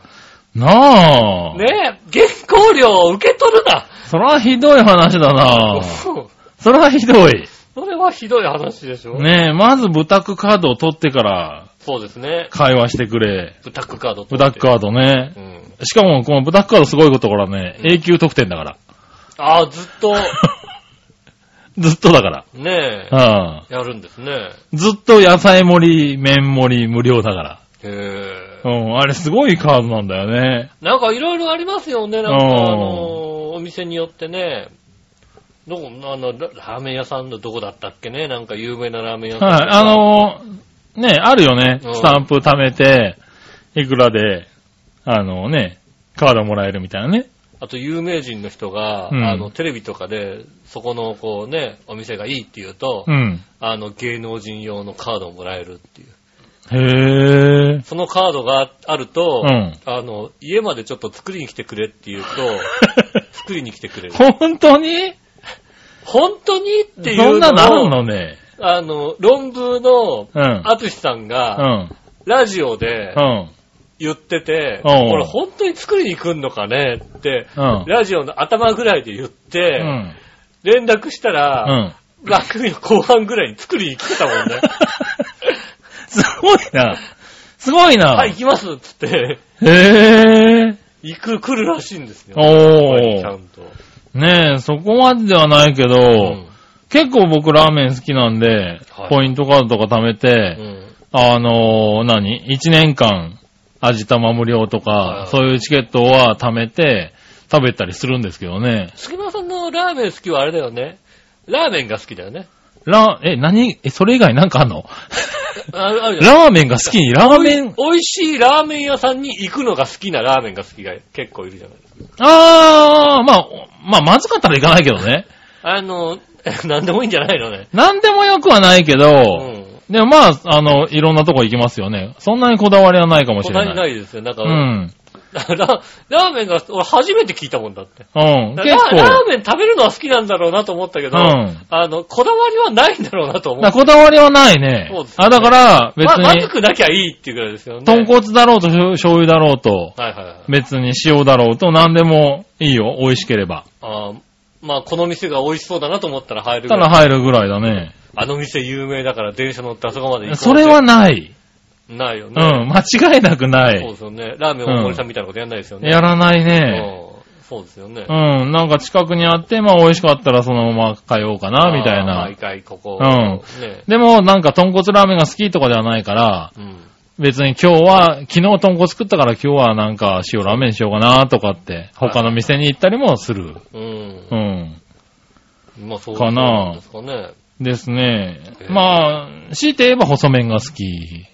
S3: う。なあ。。
S2: ねえ、原稿料を受け取るな。
S3: それはひどい話
S2: [LAUGHS]
S3: だな
S2: そ
S3: それはひどい。
S2: れはひどい話でしょ。
S3: ねえ、まずブタクカードを取ってから
S2: そうですね。
S3: 会話してくれ。
S2: ブタックカード
S3: ブタク
S2: ー
S3: カードね
S2: ド。。うん。
S3: しかも、このブタクカードすごいことからね、永久得点だから。
S2: ああ、ずっと、
S3: ずっとだか [LAUGHS]
S2: ねえ、
S3: ら。
S2: やるんですね。
S3: うん。ずっと野菜盛り、麺盛り、無料だから。
S2: へえ
S3: う。ん、あれすごいカードなんだよね。
S2: なんかいろいろありますよね、なんかあ
S3: うん
S2: の、お店によってね。どこ、あの、ララーメン屋さんのどこだったっけねなんか有名なラーメン屋さん。
S3: はい、あ、のーね、あるよね。
S2: うん
S3: スタンプ貯めて、いくらで、あのね、カードもらえるみたいなね。
S2: あと有名人の人が、
S3: うん
S2: あの、テレビとかで、そこの、こうね、お店がいいって言うと、
S3: うん。
S2: あの、芸能人用のカードをもらえるっていう。
S3: へー。
S2: そのカードがあると、
S3: うん
S2: あの、家までちょっと作りに来てくれって言
S3: [LAUGHS]
S2: うと、作りに来てくれる。
S3: [LAUGHS] 本当に
S2: 本当にっていうのを
S3: そんななるのね。
S2: あの、論文の、
S3: うん。
S2: あつしさん
S3: う
S2: が、
S3: ん。
S2: ラジオで
S3: うん。
S2: 言ってて、
S3: うん
S2: これ本当に作りに来んのかねって、
S3: うん
S2: ラジオの頭ぐらいで言っ
S3: う
S2: て、
S3: ん。
S2: 連絡した
S3: う
S2: ら、
S3: ん。
S2: 番組の後半ぐらいに作りに来てたもん
S3: [LAUGHS]
S2: ね。
S3: すごいな。すごいな。
S2: はい、行きますっつって、 [LAUGHS]
S3: へー。
S2: 行く、来るらしいんですよ。ちゃ
S3: おー。
S2: んと。
S3: ねえ、そこまでではないけど、
S2: うん
S3: 結構僕ラーメン好きなんで、
S2: はい
S3: ポイントカードとか貯めて、
S2: うん
S3: あのー何 ?1 年間、味玉無料とか、
S2: はい
S3: そういうチケットは貯めて、食べたりするんですけどね。
S2: 杉村さんのラーメン好きはあれだよね。ラーメンが好きだよね。
S3: ラー、え、何、え、それ以外なんかあんの
S2: ああるじゃん。
S3: ラーメンが好きに、ラーメン、
S2: 美味しいラーメン屋さんに行くのが好きなラーメンが好きが結構いるじゃないですか。
S3: あー、まあ、おまあ、まずかったらいかないけどね。
S2: あの、 [LAUGHS] なんでもいいんじゃないのね。
S3: なんでもよくはないけ
S2: う
S3: ど、
S2: ん。
S3: でもまあ、あの、いろんなとこ行きますよね。そんなにこだわりはないかもし
S2: こ
S3: れ
S2: んな
S3: な
S2: に
S3: い。
S2: ないですよ。なんか、
S3: うん。
S2: ララーメンが、俺初めて聞いたもんだって。
S3: うん。
S2: ラ
S3: 結構。
S2: ラーメン食べるのは好きなんだろうなと思ったけど、
S3: うん
S2: あの、こだわりはないんだろうなと思
S3: だから
S2: う。
S3: こだわりはないね。
S2: そうですね
S3: あ、だから、別
S2: ま、まず
S3: に、
S2: くなきゃいいっていうぐらいですよね。
S3: 豚骨だろうと醤醤油だろうと、
S2: はいはいはい。
S3: 別に塩だろうと、何でもいいよ。美味しければ。
S2: あーまあ、この店が美味しそうだなと思ったら入るぐ
S3: た
S2: らい
S3: ら入るぐらいだね。
S2: あの店有名だから電車乗ってあそこまで行こうって
S3: それはない。
S2: ないよ
S3: う
S2: ね。
S3: ん。間違いなくな
S2: そう
S3: い。
S2: ですよね。ラーメン大森さんみたいなことやんないですよね。
S3: やらないね。
S2: うんそうですよね。
S3: うん。なんか近くにあって、まあ美味しかったらそのまま通ようかな、みたい
S2: あー
S3: な
S2: 毎。回ここ。
S3: うん
S2: ね。
S3: でも、なんか豚骨ラーメンが好きとかではないから、
S2: うん。
S3: 別に今日は、昨日豚骨食ったから今日はなんか塩ラーメンしようかなとかって、他の店に行ったりもする。
S2: うん
S3: う。ん。
S2: まあそう
S3: かな
S2: そうですかね。
S3: ですね
S2: え。ー
S3: まあ、強いて言えば細麺が好き。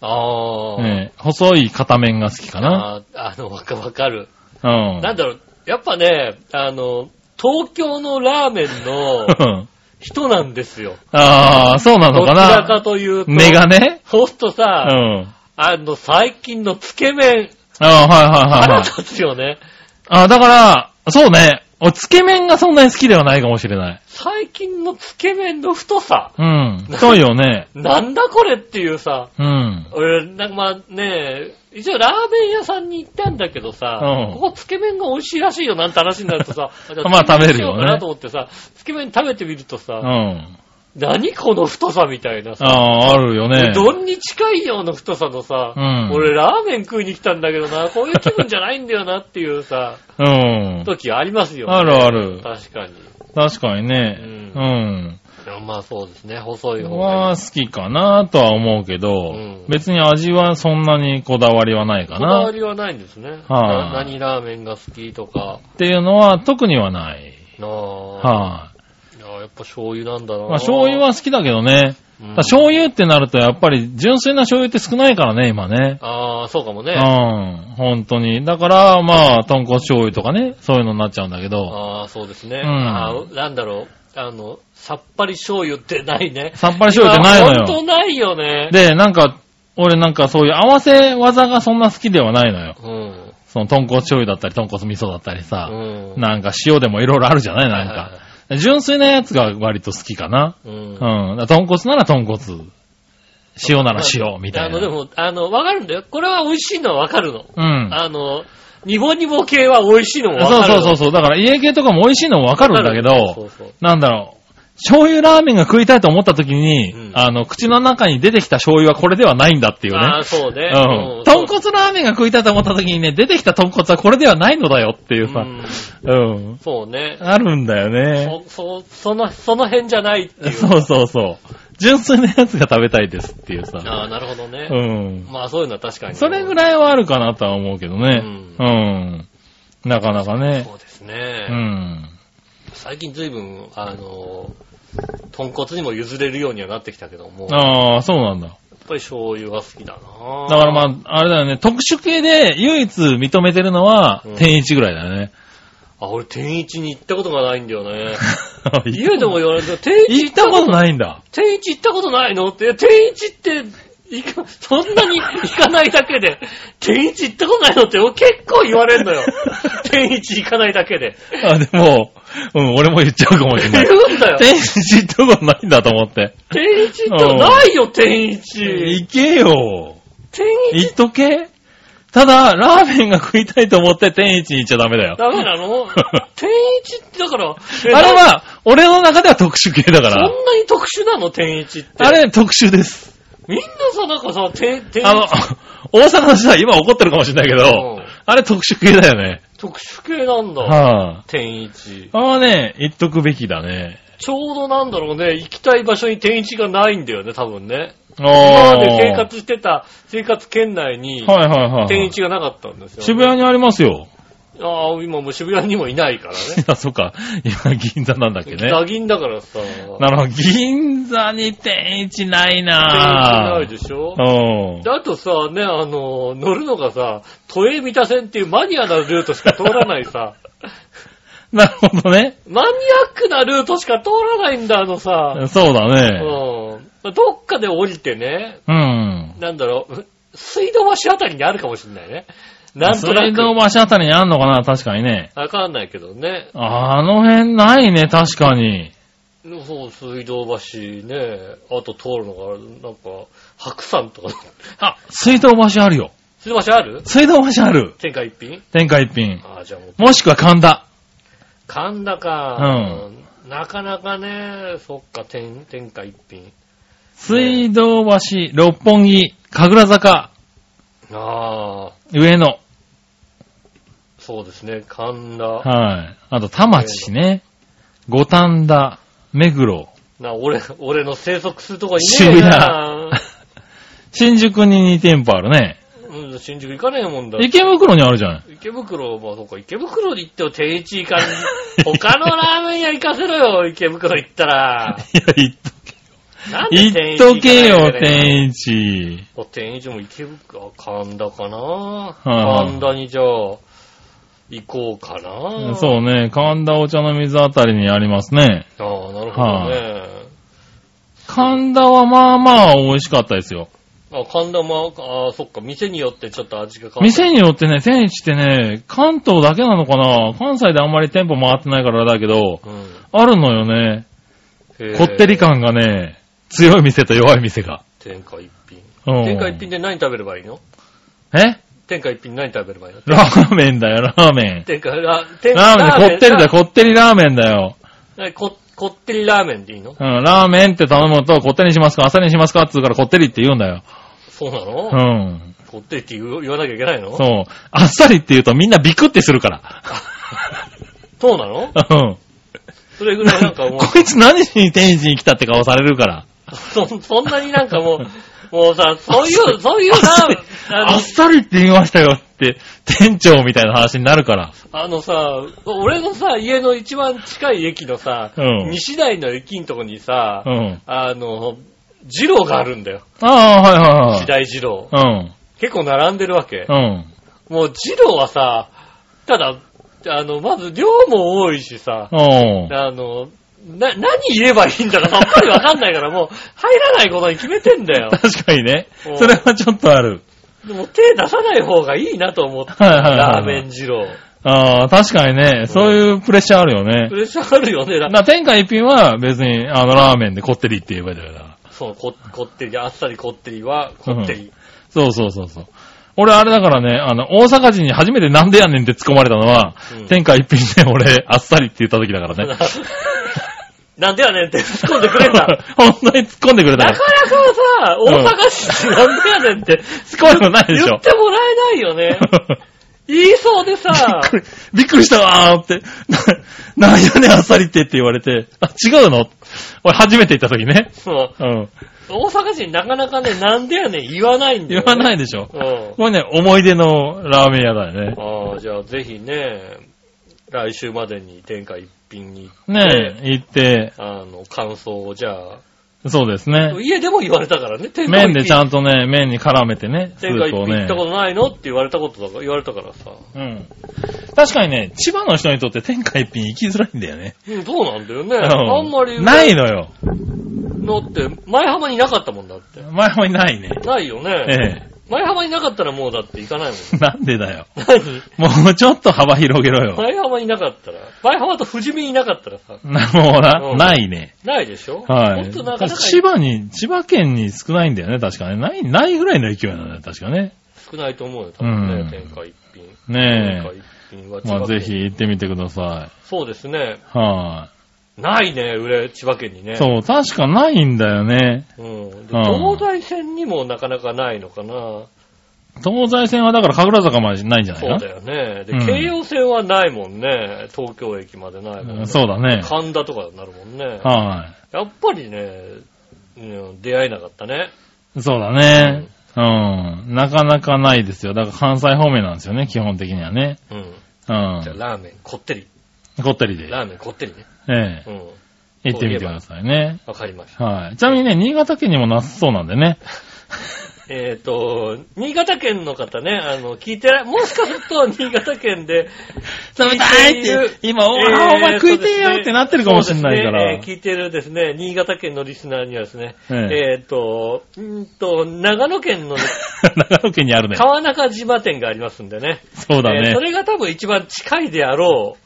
S2: ああ。
S3: ね、細い片麺が好きかな。
S2: あーあの、わかわかる。
S3: う
S2: なんだろう、やっぱね、あの、東京のラーメン
S3: [LAUGHS]
S2: の
S3: ん。
S2: 人なんですよ。
S3: ああ、そうな
S2: ど
S3: のか
S2: ちら
S3: な
S2: か。というと。
S3: 目がね。
S2: そうすると
S3: う
S2: さ、
S3: ん。
S2: あの、最近のつけ麺、
S3: ああ、はいはいはい
S2: 腹
S3: はい。
S2: 立つよね。
S3: ああ、だから、そうね。おつけ麺がそんなに好きではないかもしれない。
S2: 最近のつけ麺の太さ。 [LAUGHS]
S3: うん。太いよね。
S2: なんだこれっていうさ、
S3: うん。
S2: 俺、なんかまあねえ、一応ラーメン屋さんに行ったんだけどさ、
S3: うん
S2: ここつけ麺が美味しいらしいよなんて話になると
S3: [LAUGHS]
S2: さ、じゃ
S3: まあ食べるよ
S2: つけ麺しう
S3: ね
S2: かなと思ってさ、つけ麺食べてみると
S3: う
S2: さ、
S3: ん。
S2: 何この太さみたいな
S3: あ
S2: さ、
S3: あ、あるよね
S2: う。どんに近いような太さのさ、
S3: うん
S2: 俺ラーメン食いに来たんだけどな、こういう気分じゃないんだよなっていうさ、
S3: うん。
S2: 時ありますよ、ね。
S3: あるある。
S2: 確かに。
S3: 確かにね。
S2: う
S3: うん。
S2: まあそうですね、細い方がいい
S3: は好きかなとは思うけ
S2: う
S3: ど、
S2: ん
S3: 別に味はそんなにこだわりはないか
S2: こだわ
S3: な。
S2: りはないんですね。
S3: は
S2: な
S3: あ
S2: 何ラーメンが好きとか。
S3: っていうのは特にはない。
S2: なあ
S3: はい
S2: ややっぱ醤油なんだな、
S3: まあ醤油は好きだけどね。
S2: うん、
S3: ただ醤油ってなるとやっぱり純粋な醤油って少ないからね、今ね。
S2: ああ、そうかも
S3: う
S2: ね。
S3: ん。本当に。だから、まあ、豚骨醤油とかね、そういうのになっちゃうんだけど、
S2: ああ、そうですね。
S3: うん
S2: あーなんだろう。あの、さっぱり醤油ってないね。
S3: さっぱり醤油ってない
S2: ほん
S3: の
S2: と
S3: よ。
S2: ないよね。
S3: で、なんか、俺なんかそういう合わせ技がそんな好きではないのよ。
S2: うん。
S3: その豚骨醤油だったり、豚骨味噌だったりさ。
S2: うん。
S3: なんか塩でもいろいろあるじゃないな
S2: は
S3: ん
S2: いはい
S3: か。純粋なやつが割と好きかな。
S2: はい。うん。
S3: うん。だから豚骨なら豚骨。塩なら塩、みたい
S2: あの、で
S3: な。
S2: も、あの、わかるんだよ。これは美味しいのはわかるの。
S3: うん。
S2: あの、ニボニボ系は美味しいのもわか
S3: そう
S2: るの。
S3: そうそう
S2: そ
S3: そう。だから家系とかも美味しいのもわかるんだけ
S2: そ
S3: ど、
S2: うそう。
S3: なんだろう。醤油ラーメンが食いたいと思った時に、
S2: うん
S3: あの、口の中に出てきた醤油はこれではないんだっていう
S2: あ
S3: ね
S2: あ、。そうね。
S3: うん。豚骨ラーメンが食いたいと思った時にね、出てきた豚骨はこれではないのだよっていうさ。
S2: うん
S3: うん。
S2: そうね。
S3: あるんだよね。
S2: そ、そ、その、その辺じゃないっていう。
S3: そうそうそう。純粋なやつが食べたいですっていう
S2: ああ、
S3: さ。
S2: なるほどね。
S3: うん。
S2: まあそういうのは確かに。
S3: それぐ
S2: い。
S3: らいはあるかなとは思うけどね。
S2: う
S3: うん。なかなかね
S2: そ。うです
S3: う
S2: ね。
S3: ん。
S2: 最近随分、あの、豚骨にも譲れるようにはなってきたけども、やっ
S3: ああ、そうなんだ。
S2: ぱり醤油は好きだな
S3: だからまあ、あれだよね、特殊系で唯一認めてるのは
S2: うん、
S3: 天一ぐらいだ
S2: [LAUGHS]
S3: よね。
S2: あ、俺天一に行ったことがないんだよ
S3: [LAUGHS]
S2: ね。家でも言われるけど、天一
S3: 行ったことないんだ。
S2: 天一行ったことないのって、いや天一って、行か、そんなに行かないだけで、天一行ったことないのって俺結構言われん
S3: [LAUGHS]
S2: のよ。天一行かないだけで。
S3: あ、でも、うん、俺も言っちゃうかもしれ
S2: [LAUGHS]
S3: な
S2: 言
S3: い。
S2: うんだよ。
S3: 天一行ったことないんだと思って。
S2: 天一行ったことないよ、天一。
S3: 行けよ。
S2: 天一
S3: 言っとけただ、ラーメンが食いたいと思って天一に行っちゃダメだよ。
S2: ダメな
S3: [LAUGHS]
S2: の天一ってだから、あ
S3: あれは、俺の中では特殊系だか
S2: そ
S3: ら。
S2: んなに特殊なの天一って。
S3: あれ特殊です。
S2: みんなさ、なんかさ、天、天
S3: あの
S2: 一、
S3: 大阪の人は今怒ってるかもしれないけど、
S2: うん
S3: あれ特殊系だよね。
S2: 特殊系なんだ。
S3: はあ。
S2: 天一。
S3: あれはね、言っとくべきだね。
S2: ちょうどなんだろうね、行きたい場所に天一がないんだよね、多分ね。
S3: あ
S2: 今
S3: あ
S2: まで生活してた、生活圏内に、
S3: はいはいはい。
S2: 天一がなかったんですよ、
S3: 渋谷にありますよ。 [LAUGHS]
S2: ああ、今もう渋谷にもいないからね。
S3: あ、 [LAUGHS] そっか。今、銀座なんだ
S2: [LAUGHS]
S3: っけね。
S2: 北銀だからさ。
S3: なるほど。銀座に天一ないなぁ。
S2: ないでしょ
S3: うん
S2: で。あとさ、ね、あの、乗るのがさ、都営三田線っていうマニアなルートしか通らない
S3: [LAUGHS]
S2: さ、
S3: なるほどね。
S2: マニアックなルートしか通らないんだ、あのさ、
S3: そうだ
S2: う
S3: ね。
S2: ん。どっかで降りてね、
S3: うん。
S2: なんだろう、水道橋あたりにあるかもしれないね。なんとな
S3: 水道
S2: く。
S3: 橋あたりにあんのかな確かにね。
S2: わかんないけどね。
S3: あの辺ないね、確かに。
S2: そう、水道橋ね、あと通るのが、なんか、白山とか。 [LAUGHS] あ、
S3: 水道橋あるよ。
S2: 水道橋ある
S3: 水道橋ある。
S2: 天下一品
S3: 天下一品。
S2: ああ、じゃあもう、
S3: もしくは神田。
S2: 神田か。なかなかね、そっか、天、天下一品。
S3: 水道橋、六本木、神楽坂、
S2: ああ、
S3: 上野。
S2: そうですね、神田。
S3: はい。あと、田町ね。五反田、目黒。
S2: な、俺、俺の生息するとこいねえな。
S3: 新宿に2店舗あるね。
S2: うん、新宿行かねえもんだ。
S3: 池袋にあるじゃん。
S2: 池袋、まあそうか、池袋に行っても定位置行かん。 [LAUGHS] 他のラーメン屋行かせろよ、池袋行ったら。
S3: いや、行っ
S2: なんで
S3: 行
S2: 天
S3: っ
S2: 一
S3: とけよ、
S2: 一。
S3: 天一。
S2: あ天一も池袋、あ神田かな
S3: はい
S2: 神田にじゃあ、行こうかな
S3: そうね、神田お茶の水あたりにありますね。
S2: ああ、なるほどね。
S3: 神田はまあまあ美味しかったですよ。
S2: あ、神田も、ああ、そっか、店によってちょっと味が変わる。
S3: 店によってね、天一ってね、関東だけなのかな関西であんまり店舗回ってないからだけど、
S2: うん。
S3: あるのよね。
S2: へえ
S3: こってり。感がね、強い店と弱い店が。
S2: 天下一品。
S3: うん
S2: 天下一品で何食べればいいの
S3: え
S2: 天下一品何食べればいいの
S3: ラーメンだよ、ラーメン。
S2: 天下、ラ天
S3: ラーメン、こってりだよ、
S2: こ
S3: こってりラーメンだよ。
S2: こ、こってりラーメンでいいの
S3: うん、ラーメンって頼むと、こってりにしますか、あっさりにしますかっつうから、こってりって言うんだよ。
S2: そうな
S3: う
S2: の、
S3: ん。
S2: こってりって言う言わなきゃいけないの。
S3: そうう。あっさりって言うとみんなビクってするから。
S2: そうなの
S3: うん。
S2: それぐらいなんかもう、
S3: [LAUGHS] こいつ何しに天一に来たって顔されるから。
S2: そ、そんなになんかも
S3: [LAUGHS]
S2: う、もうさ、そういう、そういうラーメン、あ
S3: あっ
S2: の
S3: さりって言いましたよって、店長みたいな話になるから。
S2: あのさ、俺のさ、家の一番近い駅のさ、
S3: うん
S2: 西台の駅のとこにさ、
S3: うん。
S2: あの、二郎があるんだよ。
S3: ああ、はい
S2: 西大二郎。
S3: はいはい。
S2: 結構並んでるわけ
S3: う。ん。うん。
S2: もう二郎はさ、ただ、あの、まず量も多いしさ、
S3: おう
S2: あの、な、何言えばいいんだかさっぱりわかんないから、もう入らないことに決めてんだよ。
S3: 確かにね。
S2: うん
S3: それはちょっとある。
S2: でも手出さない方がいいなと思って、
S3: はいはいはいは
S2: ラ
S3: い
S2: ーメン二郎。
S3: ああ、確かにね、そういうプレッシャーあるよね
S2: プ。レッシャーあるよね、ラ
S3: な天下一品は別に、あの、ラーメンでこってりって言えばいいんだから。
S2: そう、こ、こってり、あっさりこってりは、こってり。
S3: そうそうそうそう。俺、あれだからね、あの、大阪人に初めてなんでやねんって突っ込まれたのは、
S2: うん
S3: 天下一品で俺、あっさりって言った時だからね。
S2: なんでやねんって突っ込んでくれ
S3: [LAUGHS]
S2: んだ。な
S3: 本当に突っ込んでくれた
S2: か
S3: か
S2: な
S3: ら。
S2: かさ、大阪市ってなんでやねんって
S3: 突っ込むのないでし
S2: 言
S3: ょ
S2: っ。てもらえないよね。言いそうでさ、
S3: びっくりしたわーって、な、なんやねんあっさりってって言われて、あ、違うの俺初めて行った時ね。
S2: そう
S3: うん。
S2: 大阪人なかなかね、なんでやねん言わないんだよ、
S3: 言
S2: ね。。
S3: わないいでしょ。
S2: うん。
S3: これね、思い出のラーメン屋だよね。
S2: ああ、じゃあぜひね、来週までに天下一品に行って、
S3: ねえ、行って、
S2: あの、感想をじゃあ、
S3: そうですね。
S2: 家でも言われたからね、 [LAUGHS] 天下一
S3: 麺
S2: 品。
S3: でちゃんとね、麺に絡めてね、ス
S2: 天下
S3: ー
S2: 一
S3: プを
S2: 品行
S3: ね
S2: った。ことないのって言われたことだから、言われたからさ。
S3: うん。確かにね、千葉の人にとって天下一品行きづらいんだよね。
S2: うん、そうなんだよね。
S3: う
S2: [LAUGHS] あんまり。
S3: ないのよ。
S2: のって、前浜になかったもんだって。
S3: 前もいないね。
S2: ないよね。
S3: え
S2: 前浜になかったらもうだって行かないもん。
S3: え。なんでだよ。
S2: 何
S3: もうちょっと幅広げろよ。
S2: 前浜になかったら。前浜と富士見になかったらさ、
S3: な、もう
S2: う
S3: な、
S2: ん
S3: ないね。
S2: ないでしょ
S3: はい。
S2: 本当なかなか
S3: 千葉に、千葉県に少ないんだよね、確かね。ない、ないぐらいの勢いなんだよ、確かね。
S2: 少ないと思うよ、多分
S3: う
S2: ね。
S3: ん
S2: 天下一品。天
S3: ね
S2: 下一品は
S3: え。
S2: 千葉県。
S3: まあ、ぜひ。行ってみてくださ
S2: そうですね。
S3: い。はい。
S2: ないね、裏、千葉県にね。
S3: そう、確かないんだよね。
S2: うん。で、
S3: うん
S2: 東西線にもなかなかないのかな。
S3: 東西線はだから神楽坂までないんじゃない
S2: そう
S3: か
S2: だよね。で、
S3: うん
S2: 京葉線はないもんね。東京駅までないもん
S3: う
S2: ね。
S3: んそうだね。
S2: 神田とかになるもんね。
S3: は
S2: やっぱりね、うん出会えなかったね。
S3: い。そうだね。うん。なかなかないですよ。だから関西方面なんですよね、基本的にはね。
S2: うん。
S3: うん
S2: じゃあ、。ラーメン、こってり。
S3: こったりで。
S2: ラーメン、こってりね。
S3: え
S2: うん。
S3: え。行ってみてくださいね。
S2: わかりました。
S3: はい。ちなみにね、新潟県にもなさそうなんでね。
S2: えっ、と、新潟県の方ね、あの、聞いてない、もしかすると、新潟県で、
S3: [LAUGHS] 冷た
S2: 聞
S3: いっ
S2: い
S3: て
S2: て、
S3: 今、お
S2: えー
S3: あお前食いて
S2: そうです
S3: えよ
S2: ね
S3: ってなってるかもしんないか
S2: そう
S3: ら
S2: です。ねえー聞いてるですね、新潟県のリスナーにはですね、
S3: え
S2: えっ、と、んーと、長野県のね
S3: 長野県にあ [LAUGHS] るね。
S2: 川中島店がありますんでね。
S3: そうだ
S2: えーそ
S3: ね。
S2: れが多分一番近いであろう。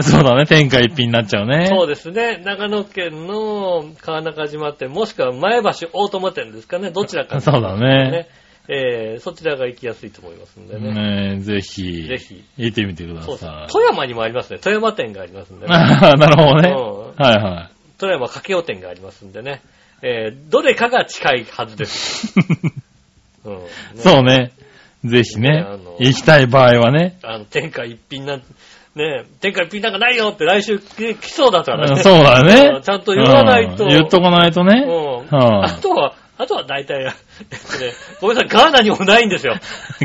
S3: そうだね。天下一品になっちゃうね。
S2: そうですね。長野県の川中島店、もしくは前橋大友店ですかね。どちらか、
S3: そうだね。
S2: えーそちらが行きやすいと思いますんでね。
S3: ねえぜひ、
S2: ぜひ。
S3: 行ってみてくだ
S2: そうです
S3: さい。
S2: 富山にもありますね。富山店がありますんで、ね、
S3: あ [LAUGHS] なるほどね。
S2: う
S3: はいは
S2: 富山かけお店がありますんでね。えーどれかが近いはずです。
S3: い。
S2: うんね
S3: そうね。ぜひ
S2: ね
S3: ね
S2: あの、
S3: 行きたい場合はね。
S2: あの、天下一品なん、ね、天下一品なんかないよって来週来来そうだか
S3: う
S2: ら
S3: ん
S2: ね。
S3: そうだ
S2: うん
S3: ね。
S2: ちゃんと言わないと
S3: うん言っとかないとね。
S2: うん。
S3: は
S2: あ
S3: い
S2: とは、あとは大体、えっとね、ごめんなさい、ガーナにもないんですよ。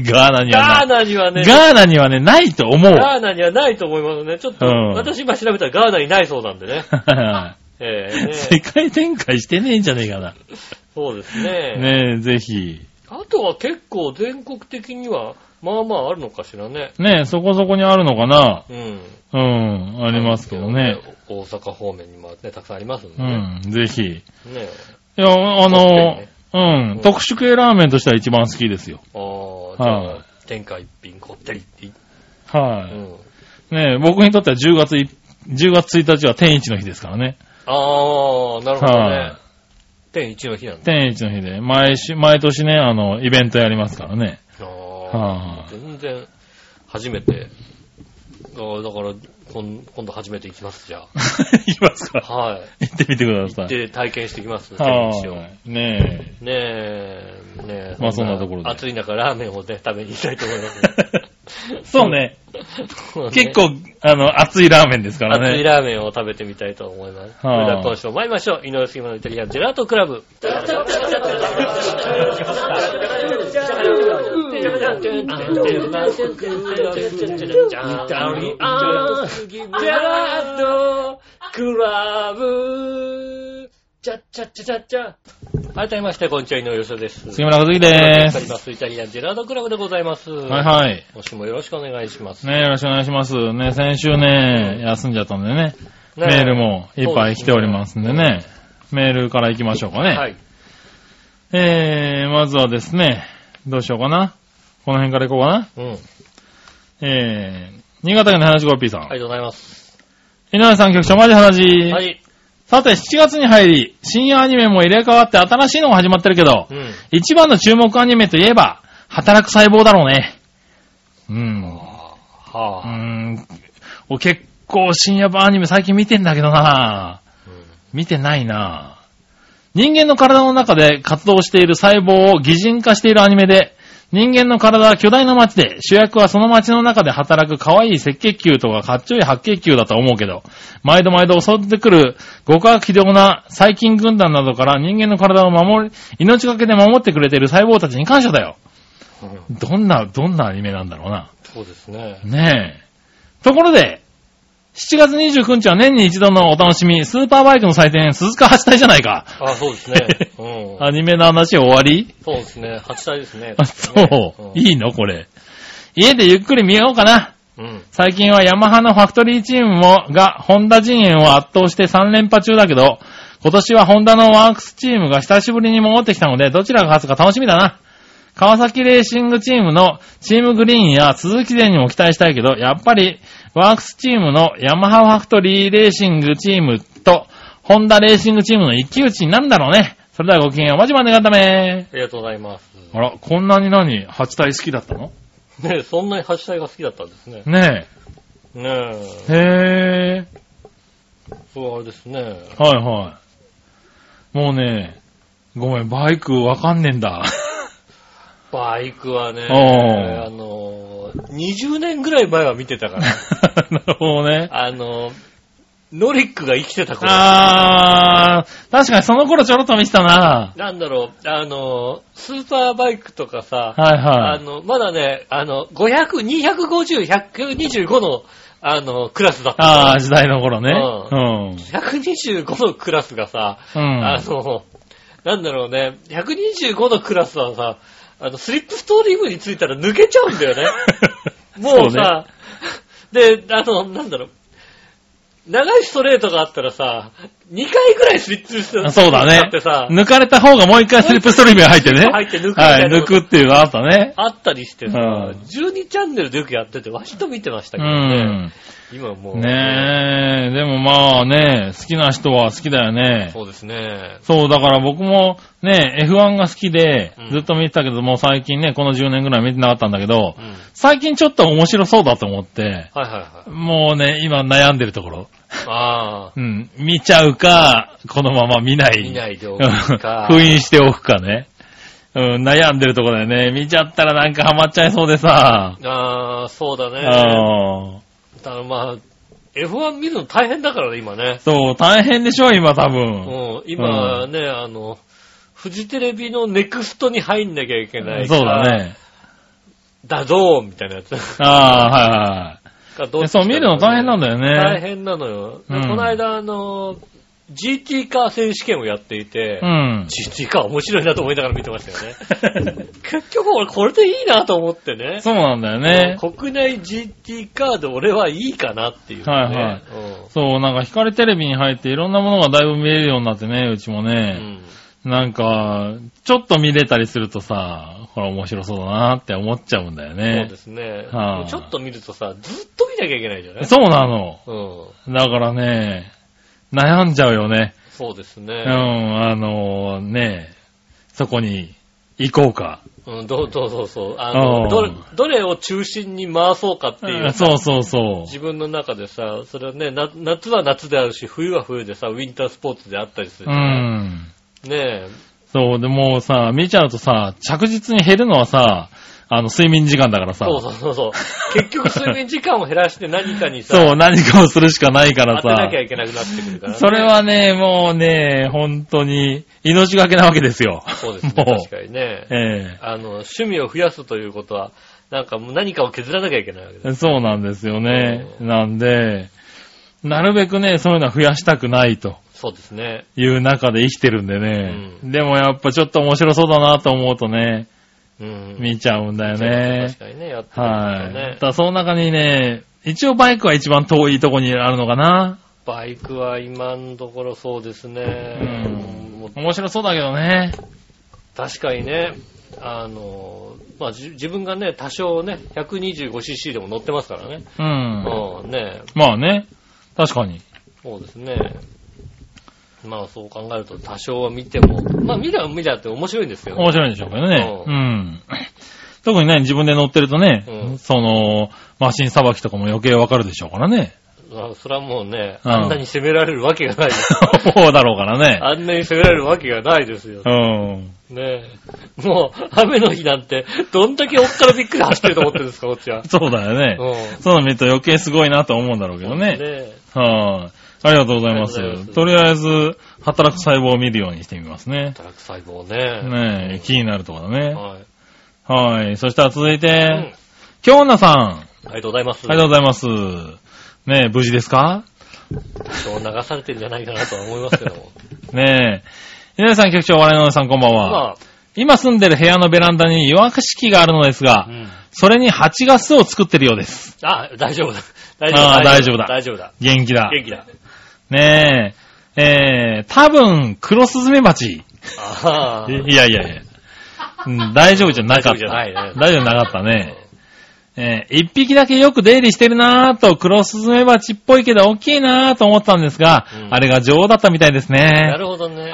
S3: ガーナに
S2: ガ
S3: は
S2: ーナには
S3: な
S2: ね
S3: い。、ガーナにはね、ないと思う。
S2: ガーナにはないと思いますね。ちょっと、
S3: うん
S2: 私今調べたらガーナにないそうなんでね。ええね
S3: [LAUGHS] 世界展開してねえんじゃねえかな。
S2: そうですね
S3: ねえ、ぜひ。
S2: あとは結構全国的には、まあまああるのかしらね。
S3: ねえ、そこそこにあるのかな
S2: うん。
S3: うん、あ
S2: あ
S3: りますけどね。。
S2: 大阪方面にもね、たくさんありますんで
S3: う
S2: ね。
S3: ん、ぜひ。い
S2: ね
S3: や、あの、う
S2: うん
S3: ん、特殊系ラーメンとしては一番好きですよ。
S2: ああ、じゃ
S3: は
S2: あ、天下一品こってりって。う
S3: は
S2: ん。
S3: い。ねえ、僕にとっては10月い、10月1日は天一の日ですからね。
S2: ああ、なるほどね
S3: は。
S2: 天一の日なんだ。
S3: 天一の日で、毎週、毎年ね、あの、イベントやりますからね。
S2: ああ
S3: はあ
S2: 全然、初めて。ああだから、こん今度初めて行きます、じゃ
S3: いきますか
S2: あ。 [LAUGHS] はい。
S3: 行ってみてくだ
S2: 行
S3: さ
S2: っ
S3: い。
S2: て体験してきます、天一を。
S3: は
S2: ね
S3: い。
S2: [LAUGHS]
S3: ね
S2: え、ねえ。
S3: まあそんなところで
S2: 暑い中、ラーメンをね、食べに行きたいと思い
S3: [LAUGHS]
S2: ます、
S3: え。そうね。
S2: そうね
S3: 結構、あの、熱いラーメンですから
S2: 熱い
S3: ね。
S2: ラーメンを食べてみたいと思います。そ
S3: はあ
S2: れでは今週も参りましょう。井上杉村のイタリアンジェラートクラブ。改めまして、こんにちは、井上杉です。
S3: 杉村和樹で
S2: おり
S3: す。
S2: ます。イタリアンジェラートクラブでございます。
S3: はいはい。
S2: 今週もよろしくお願いします。
S3: ねえ、よろしくお願いします。ね先週ね、休んじゃったんでね、
S2: ね
S3: メールもいっぱい来ておりますんでね、メールから行きましょうかね。
S2: はい。
S3: えー、まずはですね、どうしようかな。この辺から行こうかな。
S2: うん。あ
S3: えー、新潟県の話5 P さん。
S2: りがとうございます。
S3: 井上さん局長、マジ話。
S2: はい。
S3: さて、7月に入り、深夜アニメも入れ替わって新しいのが始まってるけど
S2: う、ん。
S3: 一番の注目アニメといえば、働く細胞だろうね。うん。うー
S2: はぁ、
S3: ん。お結構深夜版アニメ最近見てんだけどな見てないな人間の体の中で活動している細胞を擬人化しているアニメで、人間の体は巨大な街で、主役はその街の中で働く可愛い赤血球とかかっちょい白血球だと思うけど、毎度毎度襲ってくる極悪非道な細菌軍団などから人間の体を守り、命がけで守ってくれている細胞たちに感謝だよ。
S2: うんうん。
S3: どんな、どんなアニメなんだろうな。
S2: そうですね。
S3: ねえ。ところで、7月29日は年に一度のお楽しみ、スーパーバイクの祭典、鈴鹿八体じゃないか。
S2: あそうです
S3: [LAUGHS]
S2: ね。うん。
S3: アニメの話終わり
S2: そうですね。8歳ですね。
S3: あ、そう。いいのこれ。家でゆっくり見ようかな。
S2: うん。うん。
S3: 最近はヤマハのファクトリーチームも、が、ホンダ陣営を圧倒して3連覇中だけど、今年はホンダのワークスチームが久しぶりに戻ってきたので、どちらが勝つか楽しみだな。川崎レーシングチームのチームグリーンや鈴木勢にも期待したいけど、やっぱりワークスチームのヤマハファクトリーレーシングチームとホンダレーシングチームの一騎打ちになるんだろうね。それではごきげんよう。まじま願っため。
S2: ありがとうございます。
S3: あら、こんなに何 ?8 体好きだったの
S2: ねそんなに8歳が好きだったんですね。
S3: ね
S2: ねえ。
S3: え。へえ。
S2: そう、あれですね。
S3: はいはい。もうね、ごめん、バイクわかんねえんだ。 [LAUGHS]
S2: バイクはね、
S3: おー
S2: あのー、20年ぐらい前は見てたから。
S3: [LAUGHS] なるほどね。
S2: あのー、ノリックが生きてた頃。
S3: あー、確かにその頃ちょろっと見てたな。
S2: なんだろう、あの、スーパーバイクとかさ、
S3: は
S2: あ
S3: いはい。
S2: の、まだね、あの、500、250、125の、あの、クラスだった。
S3: あー、時代の頃ね。
S2: う
S3: うん。
S2: 125のクラスがさ、
S3: うん。
S2: あの、なんだろうね、125のクラスはさ、あの、スリップストリームについたら抜けちゃうんだよ
S3: [LAUGHS]
S2: ね。もうさ、で、あの、なんだろう、長いストレートがあったらさ、2回ぐらいスリップストリーム
S3: そうだね
S2: ってさ、
S3: 抜かれた方がもう一回スリップストリームが入ってね。
S2: 入って抜くみた
S3: はいい、
S2: な
S3: 抜くっていうのがあったね。
S2: あったりしてさ、
S3: うん
S2: 12チャンネルでよくやってて、わしと見てました
S3: う
S2: けどね。
S3: ん。
S2: 今もう。
S3: ねえ、でもまあね、好きな人は好きだよね。
S2: そうですね。
S3: そう、だから僕もね、F1 が好きで
S2: うん、
S3: ずっと見てたけども、最近ね、この10年ぐらい見てなかったんだけど
S2: う、ん。
S3: 最近ちょっと面白そうだと思って、
S2: はいはいはい。
S3: もうね、今悩んでるところ。
S2: ああ。
S3: うん。見ちゃうか、このまま見 [LAUGHS] ない。
S2: 見ないでおく
S3: [LAUGHS]
S2: か。
S3: 封印しておくかね。うん、悩んでるとこだよね。見ちゃったらなんかハマっちゃいそうでさ。
S2: ああ、そうだ
S3: う
S2: ね。
S3: ん。
S2: ただまあ、F1 見るの大変だからね、今ね。
S3: そう、大変でしょ、今多
S2: う
S3: 分。
S2: ん。今ね、あの、フジテレビのネクストに入んなきゃいけない。
S3: そうだ。ね。
S2: だぞーみたいなや
S3: [LAUGHS]
S2: つ。
S3: ああ、はいはい。そう、見るの大変なんだよ
S2: 大
S3: ね。
S2: 変なのよ。で
S3: うん
S2: この間、あの、GT カー選手権をやっていて、
S3: うん。
S2: GT カー面白いなと思いながら見てましたよ
S3: [LAUGHS]
S2: ね。結局俺これでいいなと思ってね。
S3: そうなんだよね。
S2: 国内 GT カーで俺はいいかなっていう、ね。
S3: はいはい
S2: うん
S3: そう、なんか光テレビに入っていろんなものがだいぶ見えるようになってね、うちも
S2: う
S3: ね。
S2: ん
S3: なんか、ちょっと見れたりするとさ、これ面白そうだなって思っちゃうんだよ
S2: そう
S3: ね
S2: で。すね。
S3: はい
S2: ちょっと見るとさ、ずっと見なきゃいけないじゃない
S3: そうなの。
S2: うん。
S3: だからね、悩んじゃうよね。
S2: そうです
S3: う
S2: ね。
S3: ん、あのね、そこに行こうか。
S2: うん、どうどうそうそう。あの、
S3: うん。
S2: どれ、どれを中心に回そうかっていううん
S3: そうそうそ
S2: 自分の中でさ、それはね、な夏は夏であるし、冬は冬でさ、ウィンタースポーツであったりす
S3: う。
S2: る
S3: う
S2: じゃない。
S3: ん。
S2: ねえ。
S3: そう、でもうさ、見ちゃうとさ、着実に減るのはさ、あの、睡眠時間だからさ。
S2: そうそうそうそう。結局睡眠時間を減らして何かにさ、
S3: そう何かをするしかないから
S2: 当てなきゃ
S3: さ。
S2: いけなくなってくるからね。
S3: それはね、もうね、本当に、命がけなわけですよ。
S2: そうですね、
S3: もう
S2: 確かにね。
S3: え
S2: あの、趣味を増やすということは、なんかもう何かを削らなきゃいけないわけです。
S3: えそうなんですよね。
S2: う
S3: なんで、なるべくね、そういうのは増やしたくないと。
S2: そうですね。
S3: いう中で生きてるんでね。
S2: う
S3: でもやっぱちょっと面白そうだなと思うとね、
S2: うん。
S3: 見ちゃうんだよ
S2: 確
S3: ね。
S2: かにね、やってる
S3: はい。
S2: んだね
S3: た。だその中にね、一応バイクは一番遠いとこにあるのかな。
S2: バイクは今のところそうですね。
S3: うん
S2: もう
S3: 面白そうだけどね。
S2: 確かにね、あの、まあ、じ自分がね、多少ね、125cc でも乗ってますからね。
S3: うん。
S2: うん、ね、
S3: まあね。確かに。
S2: そうですね。まあそう考えると多少は見ても、まあ見りゃ見りゃって面白いんですよ。
S3: 面白いんでしょうけどね。
S2: う
S3: うん。特にね、自分で乗ってるとね、
S2: うん
S3: その、マシンさばきとかも余計わかるでしょうか
S2: [LAUGHS]
S3: らね。
S2: まあそれはもうね、
S3: うん
S2: あんなに責められるわけが
S3: [LAUGHS]
S2: ないです。
S3: そうだろうからね。
S2: あんなに責められるわけがないですよ
S3: う。ん。
S2: ねえ。もう、雨の日なんて、どんだけおっからびっくり走ってると思ってるんですか、こっちは。
S3: そうだよね。
S2: うん。
S3: そういうの見ると余計すごいなと思うんだろうけどね。
S2: ね
S3: はい、あ。りがとうございます
S2: ありがとうございます
S3: とりあえず、働く細胞を見るようにしてみますね。
S2: 働く細胞ね。
S3: ねえ、気になるところだ
S2: え
S3: ね。
S2: はい。
S3: はい。そしたら続い
S2: うん
S3: て、京奈さん。
S2: ありがとうございます。
S3: ありがとうございます。ねえ、無事ですか
S2: そう流されてるんじゃないかなとは思いますけども。
S3: ねえ。皆さん局長、我々の皆さんこんばんは。
S2: ま
S3: 今住んでる部屋のベランダに弱式があるのです
S2: あ、
S3: が
S2: う、ん。
S3: それに蜂が巣を作ってるようです。
S2: あ、大丈夫だ。大
S3: あー
S2: 丈夫
S3: 大
S2: 大丈夫だ。
S3: 元気だ。
S2: 元気だ。
S3: ねえ。えー、多分、クロスズメバチ。
S2: ああ。
S3: いやいやいや。うん大丈夫じゃなかった。
S2: 大丈夫じゃないね
S3: 大丈夫なかったね。えー一匹だけよく出入りしてるなぁと、クロスズメバチっぽいけど大きいなぁと思ったんですが、
S2: うん
S3: あれが女王だったみたいです
S2: な
S3: ね。
S2: るほどね。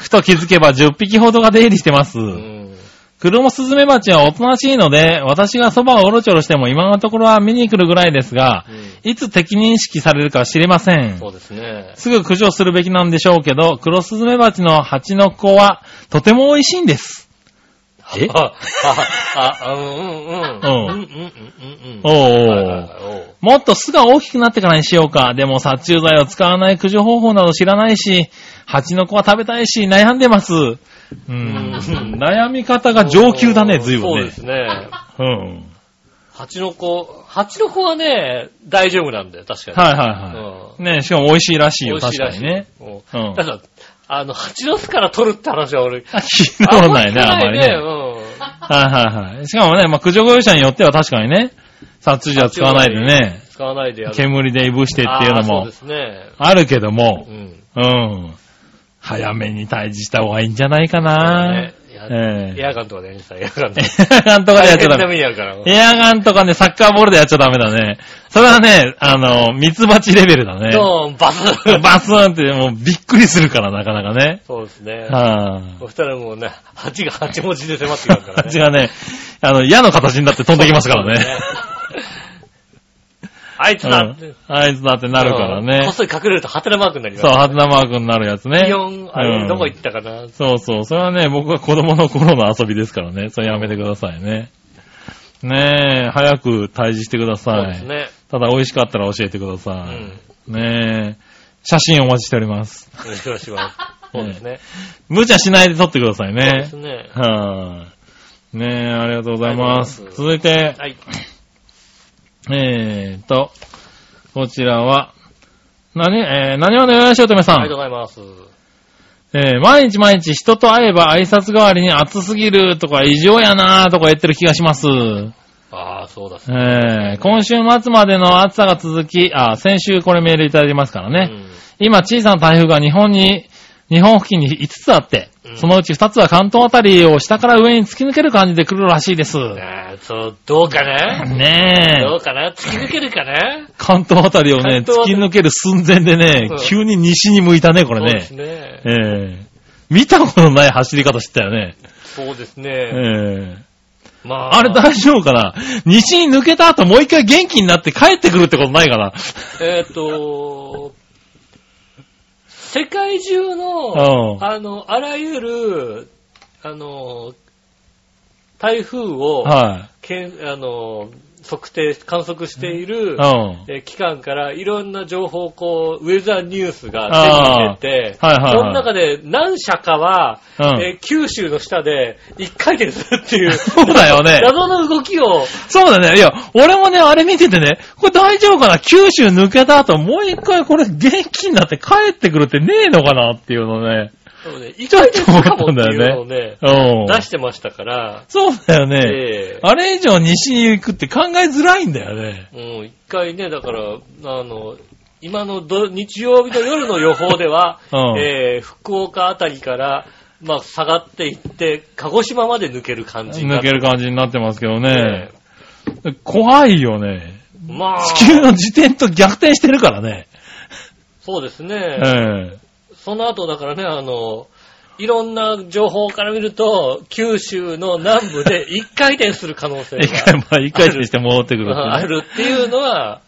S3: ふと気づけば10匹ほどが出入りしてます。
S2: うん。
S3: クロスズメバチはおとなしいので、私がそばをおろちょろしても今のところは見に来るぐらいですが、
S2: う
S3: いつ敵認識されるかは知れません
S2: ん。そうですね。
S3: すぐ駆除するべきなんでしょうけど、クロスズメバチの蜂の子はとても美味しいんです。え
S2: あ、あ、あ、うんうんうん。
S3: うん
S2: うんうんうんうん。
S3: お
S2: は
S3: ー
S2: いはいはいおう
S3: もっと巣が大きくなってからにしようか。でも殺虫剤を使わない駆除方法など知らないし、蜂の子は食べたいし、悩んでます。うん。
S2: ん
S3: 悩み方が上級だね、随分
S2: そうで
S3: ね。
S2: すね。
S3: うん。はい
S2: 蜂の子、蜂の子はね、大丈夫なんだよ、確か
S3: はい
S2: に。
S3: は
S2: うん
S3: い。ねしかも美味しいらしい
S2: 美
S3: よ、
S2: 味し
S3: 確
S2: い
S3: から
S2: し
S3: に
S2: い
S3: ね。。
S2: うん
S3: うん
S2: ただ、あの、蜂の巣から取るって話は俺、
S3: あ聞いたことないね、あん
S2: あんま
S3: まりね。
S2: り聞かないね
S3: はいはいはい。しかもね、まあ、駆除業者によっては確かにね、殺虫剤は使わないでね
S2: うん、使わないでやる。
S3: 煙でいぶしてっていうの
S2: あーそう
S3: も
S2: ですね。
S3: あるけど
S2: う
S3: も、
S2: ん。
S3: うん。早めに退治した方がいいんじゃないかな。
S2: そうだ
S3: え
S2: ね
S3: え
S2: エアガンとかでやりなさい、エアガンと
S3: エ
S2: か。
S3: アガンとかでやっち
S2: 大変
S3: ゃダ
S2: な
S3: メ。
S2: 目にあるから。
S3: エアガンとかね、サッカーボールでやっちゃダメだね。それはね、あの、ミツバチレベルだね。
S2: ドーン、バス
S3: バスーンってもうびっくりするから、なかなかね。
S2: そうですね。
S3: は
S2: そしたらもうね、蜂が八文字で迫ってくる
S3: あ。
S2: からね。
S3: 蜂がね、あの、矢の形になって飛んできますからね。
S2: あいつ
S3: う
S2: だって
S3: ん。あいつだってなるか
S2: う
S3: ら
S2: んこ
S3: ね
S2: っ。そり隠れるとハテナマークになります。
S3: そう、ハテナマークになるやつね。
S2: ピヨン、あ
S3: う
S2: れ、
S3: ん
S2: どこ行ったかな。
S3: そうそう。それはね、僕が子供の頃の遊びですからね。それやめてくださいね。ねえ、早く退治してくだ
S2: そ
S3: さ
S2: う
S3: い。
S2: ですね。
S3: ただ美味しかったら教えてくだ
S2: う
S3: さ
S2: ん。
S3: い。ねえ、写真お待ちしております。
S2: お願いします。そうですね。
S3: 無茶しないで撮ってください
S2: そうで
S3: ね
S2: す。ね。
S3: はい。ねえ、ありがとうございます
S2: あり。がとう
S3: 続いて、
S2: はい。
S3: えーと、こちらは、何、えー、何話のよやしおとめさん。
S2: ありがとうございます。
S3: えー毎日毎日人と会えば挨拶代わりに暑すぎるとか異常やなとか言ってる気がします。
S2: ああ、そうだっすね。
S3: えー今週末までの暑さが続き、あ、先週これメールいただいてますからね。今小さな台風が日本に、日本付近に5つあって
S2: う、ん
S3: そのうち2つは関東あたりを下から上に突き抜ける感じで来るらしいです。
S2: うん。ああ、そう、どうかな
S3: ね
S2: どう
S3: え。
S2: かな突き抜けるかな
S3: 関東あたりをね、
S2: 関東あ
S3: 突
S2: た
S3: き
S2: り
S3: 抜ける寸前でね
S2: うん、
S3: 急に西に向いたね、これ
S2: そうです
S3: ね。
S2: ね
S3: え。ー見たことない走り方してたよね。
S2: そうです
S3: え
S2: ね。
S3: ー
S2: まあ。
S3: あれ大丈夫かな西に抜けた後もう一回元気になって帰ってくるってことないかな
S2: えっ、と、世界中
S3: う
S2: の、
S3: ん
S2: あの、あらゆる、あの、台風を、
S3: は
S2: けんあの、測定、観測している
S3: い。、うん。はい
S2: えー機関からいろんな情報をこう、ウェザーニュースが出てきてて、
S3: あーはいはいはい
S2: その中で何社かは、
S3: うん
S2: えー九州の下で一回転するっていう、
S3: [LAUGHS] そうだ
S2: [LAUGHS]
S3: よね
S2: 謎の動きを、
S3: そうだね。いや、俺もね、あれ見ててね、これ大丈夫かな九州抜けた後もう一回これ元気になって帰ってくるってねえのかなっていうのね。
S2: そうね一回転するかもっていうのをね、
S3: うん。
S2: 出してましたから、
S3: そうだよね。
S2: で、
S3: あれ以上西に行くって考えづらいんだよね。
S2: うん、一回ね、だから、あの、今のど日曜日の夜の予報では、
S3: [LAUGHS] うん
S2: えー福岡あたりから、まあ、下がっていって、鹿児島まで抜ける感じにな
S3: 抜
S2: って
S3: ける感じになってますけどね
S2: え。
S3: 怖いよね。
S2: ーまあ、
S3: 地球の時点と逆転してるからね。
S2: そうです
S3: え
S2: ね、
S3: え。
S2: その後だからね、あの、いろんな情報から見ると、九州の南部で一回転する可能性
S3: [LAUGHS] 一回、
S2: が
S3: まあ一回転して戻ってくるっていうね
S2: あるっていうのは、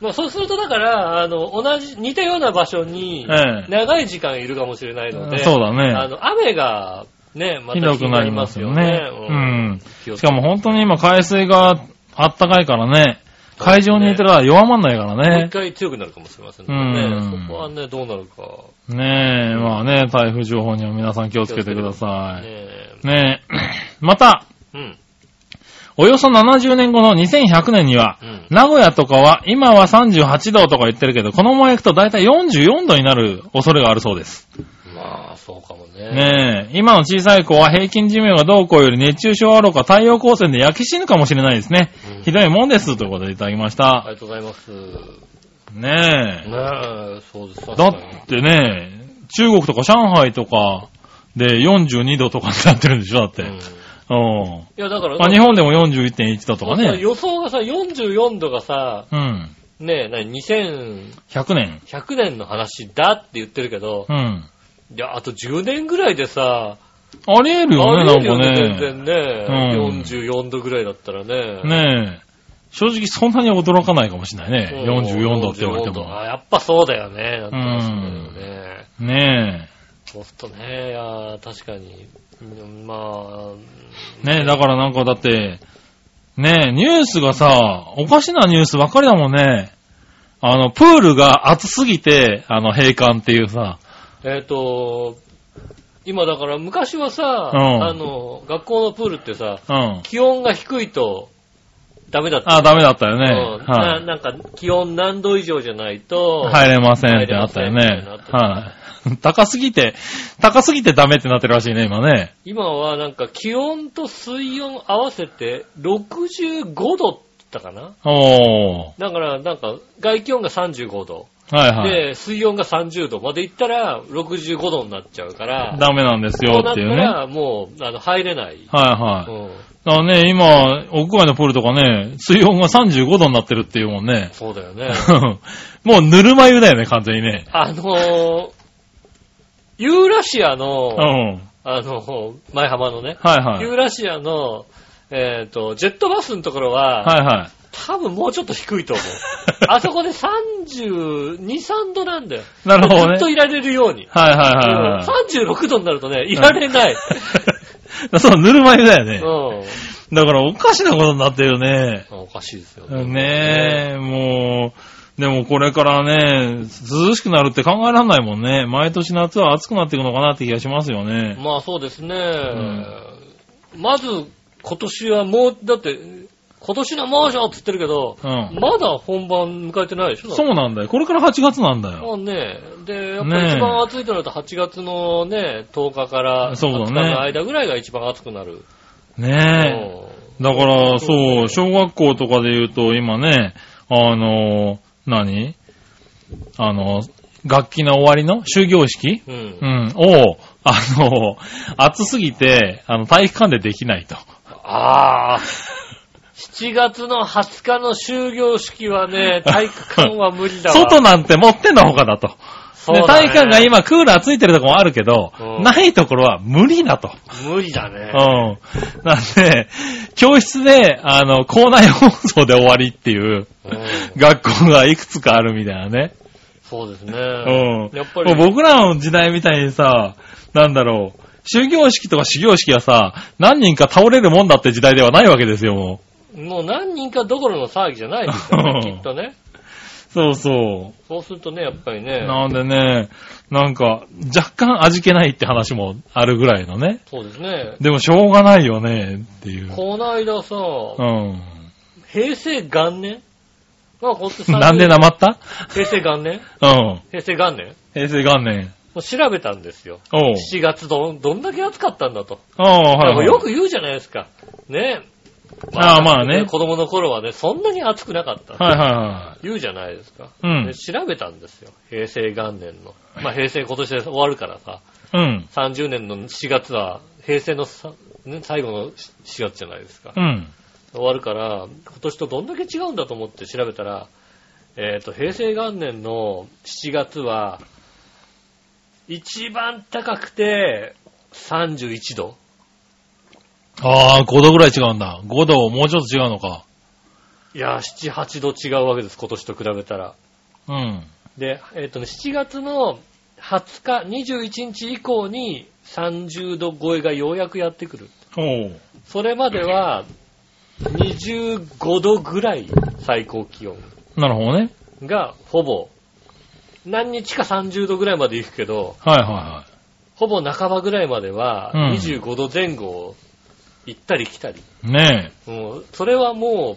S2: まあそうするとだから、あの、同じ、似たような場所に、
S3: ええ
S2: 長い時間いるかもしれないので、
S3: そうだね
S2: あの、雨が、ね、ま
S3: ひ
S2: た
S3: ど
S2: 気
S3: く
S2: に
S3: な
S2: な
S3: り
S2: り
S3: ま
S2: ますす
S3: よ
S2: よ
S3: ね
S2: ね。。
S3: うん。
S2: 気をつ
S3: し
S2: け
S3: かも本当に今海水があったかいからね、海上にいたら弱まんないから
S2: もう一
S3: ね。
S2: 回強くなるかもしれませんから
S3: うん
S2: ね。そこはね、どうなるか。
S3: ねえ、まあね、台風情報には皆さん気をつけてくださ
S2: ねえ
S3: い。ねえ、また、
S2: うん。
S3: およそ70年後の2100年には
S2: う、ん。
S3: 名古屋とかは今は38度とか言ってるけど、このまま行くと大体44度になる恐れがあるそうです。
S2: まあ、そうかもね。
S3: ねえ、今の小さい子は平均寿命がどうこうより熱中症はおろか太陽光線で焼き死ぬかもしれないですね。
S2: うん
S3: ひどいもんです。ということでいただきまし
S2: ありが
S3: た。
S2: とうございます。ね
S3: ね
S2: え、そうです。
S3: え。だってね、中国とか上海とかで42度とかになってるんでしょだって。
S2: う
S3: うんん
S2: い。や、だから、
S3: まあ日本でも41.1度とか
S2: そうさ
S3: ね。
S2: 予想がさ、44度がさ、
S3: うん。
S2: ねえ、なに、2100
S3: 100年。
S2: 年の話だって言ってるけど
S3: う、ん。
S2: いや、あと10年ぐらいでさ、
S3: ありえるよね、
S2: あ
S3: な
S2: れ
S3: んか
S2: 全然
S3: ね。
S2: ね、
S3: うん
S2: 44度ぐらいだったらね。
S3: ねえ。正直そんなに驚かないかもしれないね。
S2: うん
S3: 44度って言われて
S2: 44度
S3: も。
S2: あやっぱそうだよね。なってますよね
S3: ね
S2: ソフトね、いやー確かに。うんまあ、
S3: ねえ、だからなんかだって、ねえ、ニュースがさ、おかしなニュースばっかりだもんね。あの、プールが熱すぎて、あの、閉館っていうさ。
S2: えっ、と、今だから昔はさ、
S3: うん
S2: あの、学校のプールってさ、
S3: うん。
S2: 気温が低いとダメだった。
S3: あ、ダメだったよね。
S2: うんな
S3: はい、
S2: なんか気温何度以上じゃないと、
S3: 入れませんってあったよ
S2: 入れ
S3: ね
S2: ませんって。な
S3: はい、 [LAUGHS] 高すぎて、高すぎてダメってなってるらしいね、今ね。
S2: 今はなんか気温と水温合わせて65度って言ったかな
S3: おー。
S2: だからなんか外気温が35度、
S3: はいはい。
S2: で、水温が30度まで行ったら65度になっちゃうから、
S3: ダメなんです
S2: そう
S3: よ
S2: な
S3: っ
S2: ってた
S3: いうね。はい
S2: らもうあの入れない。
S3: はい。
S2: うん
S3: だからね、今、屋外のプールとかね、水温が35度になってるっていうもんね。 [LAUGHS]
S2: そうだよね。 [LAUGHS]
S3: もうぬるま湯だよね、完全にね。
S2: あのー、ユーラシア
S3: う
S2: の、
S3: ん。はい
S2: あの、前浜のね、
S3: はい。
S2: ユ
S3: は
S2: ーラシアの、えっ、と、ジェットバスのところは、
S3: いはい。
S2: 多分もうちょっと低い
S3: [LAUGHS]
S2: と思う。あそこで32、3度なんだよ。
S3: なるほど
S2: ず
S3: ね
S2: っと。いられるように。
S3: はいはい
S2: でも
S3: はいは
S2: 36度になるとね、いられない。 [LAUGHS]
S3: い。そう、ぬるま湯だよね
S2: う。ん。
S3: だからおかしなことになってるよね。
S2: おかしいですよ
S3: ねえ、もう、でもこれからね、涼しくなるって考えられないもんね。毎年夏は暑くなっていくのかなって気がしますよね。
S2: まあそうですね。
S3: ん
S2: まず、今年はもう、だって、今年の猛暑って言ってるけど、
S3: うん。
S2: まだ本番迎えてないでしょ
S3: そうなんだよ。これから8月なんだよ。
S2: もうね、で、やっぱ
S3: ね
S2: り
S3: え
S2: 一番暑いとなると8月のね、10日から
S3: そう
S2: 20
S3: だね
S2: 日の間ぐらいが一番暑くなる。
S3: ねえ。だから、そう、小学校とかで言うと、今ね、あの、何あの、楽器の終わりの終業式
S2: うん。うん
S3: うん、を、あの、暑すぎて、あの、体育館でできないと。
S2: ああ。7月の20日の終業式は
S3: [LAUGHS]
S2: ね、体育館は無理だわ。
S3: 外なんて持ってんのほかだと。
S2: そう
S3: で
S2: だね
S3: 体育館が今クーラーついてるとこもあるけど
S2: う、ん
S3: ないところは無理だと。
S2: 無理だ
S3: う
S2: ね
S3: ん。。なんで、教室で、あの、校内放送で終わりっていう
S2: うん
S3: 学校がいくつかあるみたいなね。
S2: そうですね。
S3: うん。
S2: やっぱり、
S3: もう僕らの時代みたいにさ、なんだろう、修行式とか始業式はさ、何人か倒れるもんだって時代ではないわけですよ、もう。
S2: もう何人かどころの騒ぎじゃないですよね、きっとね。
S3: そうそ
S2: そうするとね、やっぱり
S3: う。
S2: ね、
S3: なんでね、なんか、若干味気ないって話もあるぐらいのね。
S2: そうですね。
S3: でもしょうがないよね、っていう。
S2: この間さ、
S3: うん。
S2: 平成元年まあ、こっち
S3: なんでなまった
S2: 平成元年
S3: うん。
S2: 平成元年
S3: 平成元年。
S2: もう調べたんですよ。
S3: おう。
S2: 7月どん、どんだけ暑かったんだと。
S3: おう、は
S2: な
S3: い、は
S2: んか
S3: い。
S2: よく言うじゃないですか。ね
S3: あーまあね
S2: 子供の頃はね、そんなに暑くなかった。
S3: はいはいは
S2: 言うじゃないですか、
S3: い。うん
S2: で。調べたんですよ。平成元年の。まあ、平成今年で終わるからさ。
S3: うん。
S2: 30年の4月は、平成のさ、ね、最後の4月じゃないですか。
S3: うん。
S2: 終わるから、今年とどんだけ違うんだと思って調べたら、えっ、と、平成元年の7月は、一番高くて31度。
S3: ああ、5度ぐらい違うんだ。5度、もうちょっと違うのか。
S2: いやー、7、8度違うわけです、今年と比べたら。
S3: うん。
S2: で、えっ、とね、7月の20日、21日以降に30度超えがようやくやってくる。
S3: おう。
S2: それまでは、25度ぐらい最高気温
S3: なるほどね。
S2: がほぼ、何日か30度ぐらいまで行くけど、
S3: はいはいはい。
S2: ほぼ半ばぐらいまでは
S3: うん
S2: 25度前後を行ったり来たり。
S3: ね
S2: もうそれはも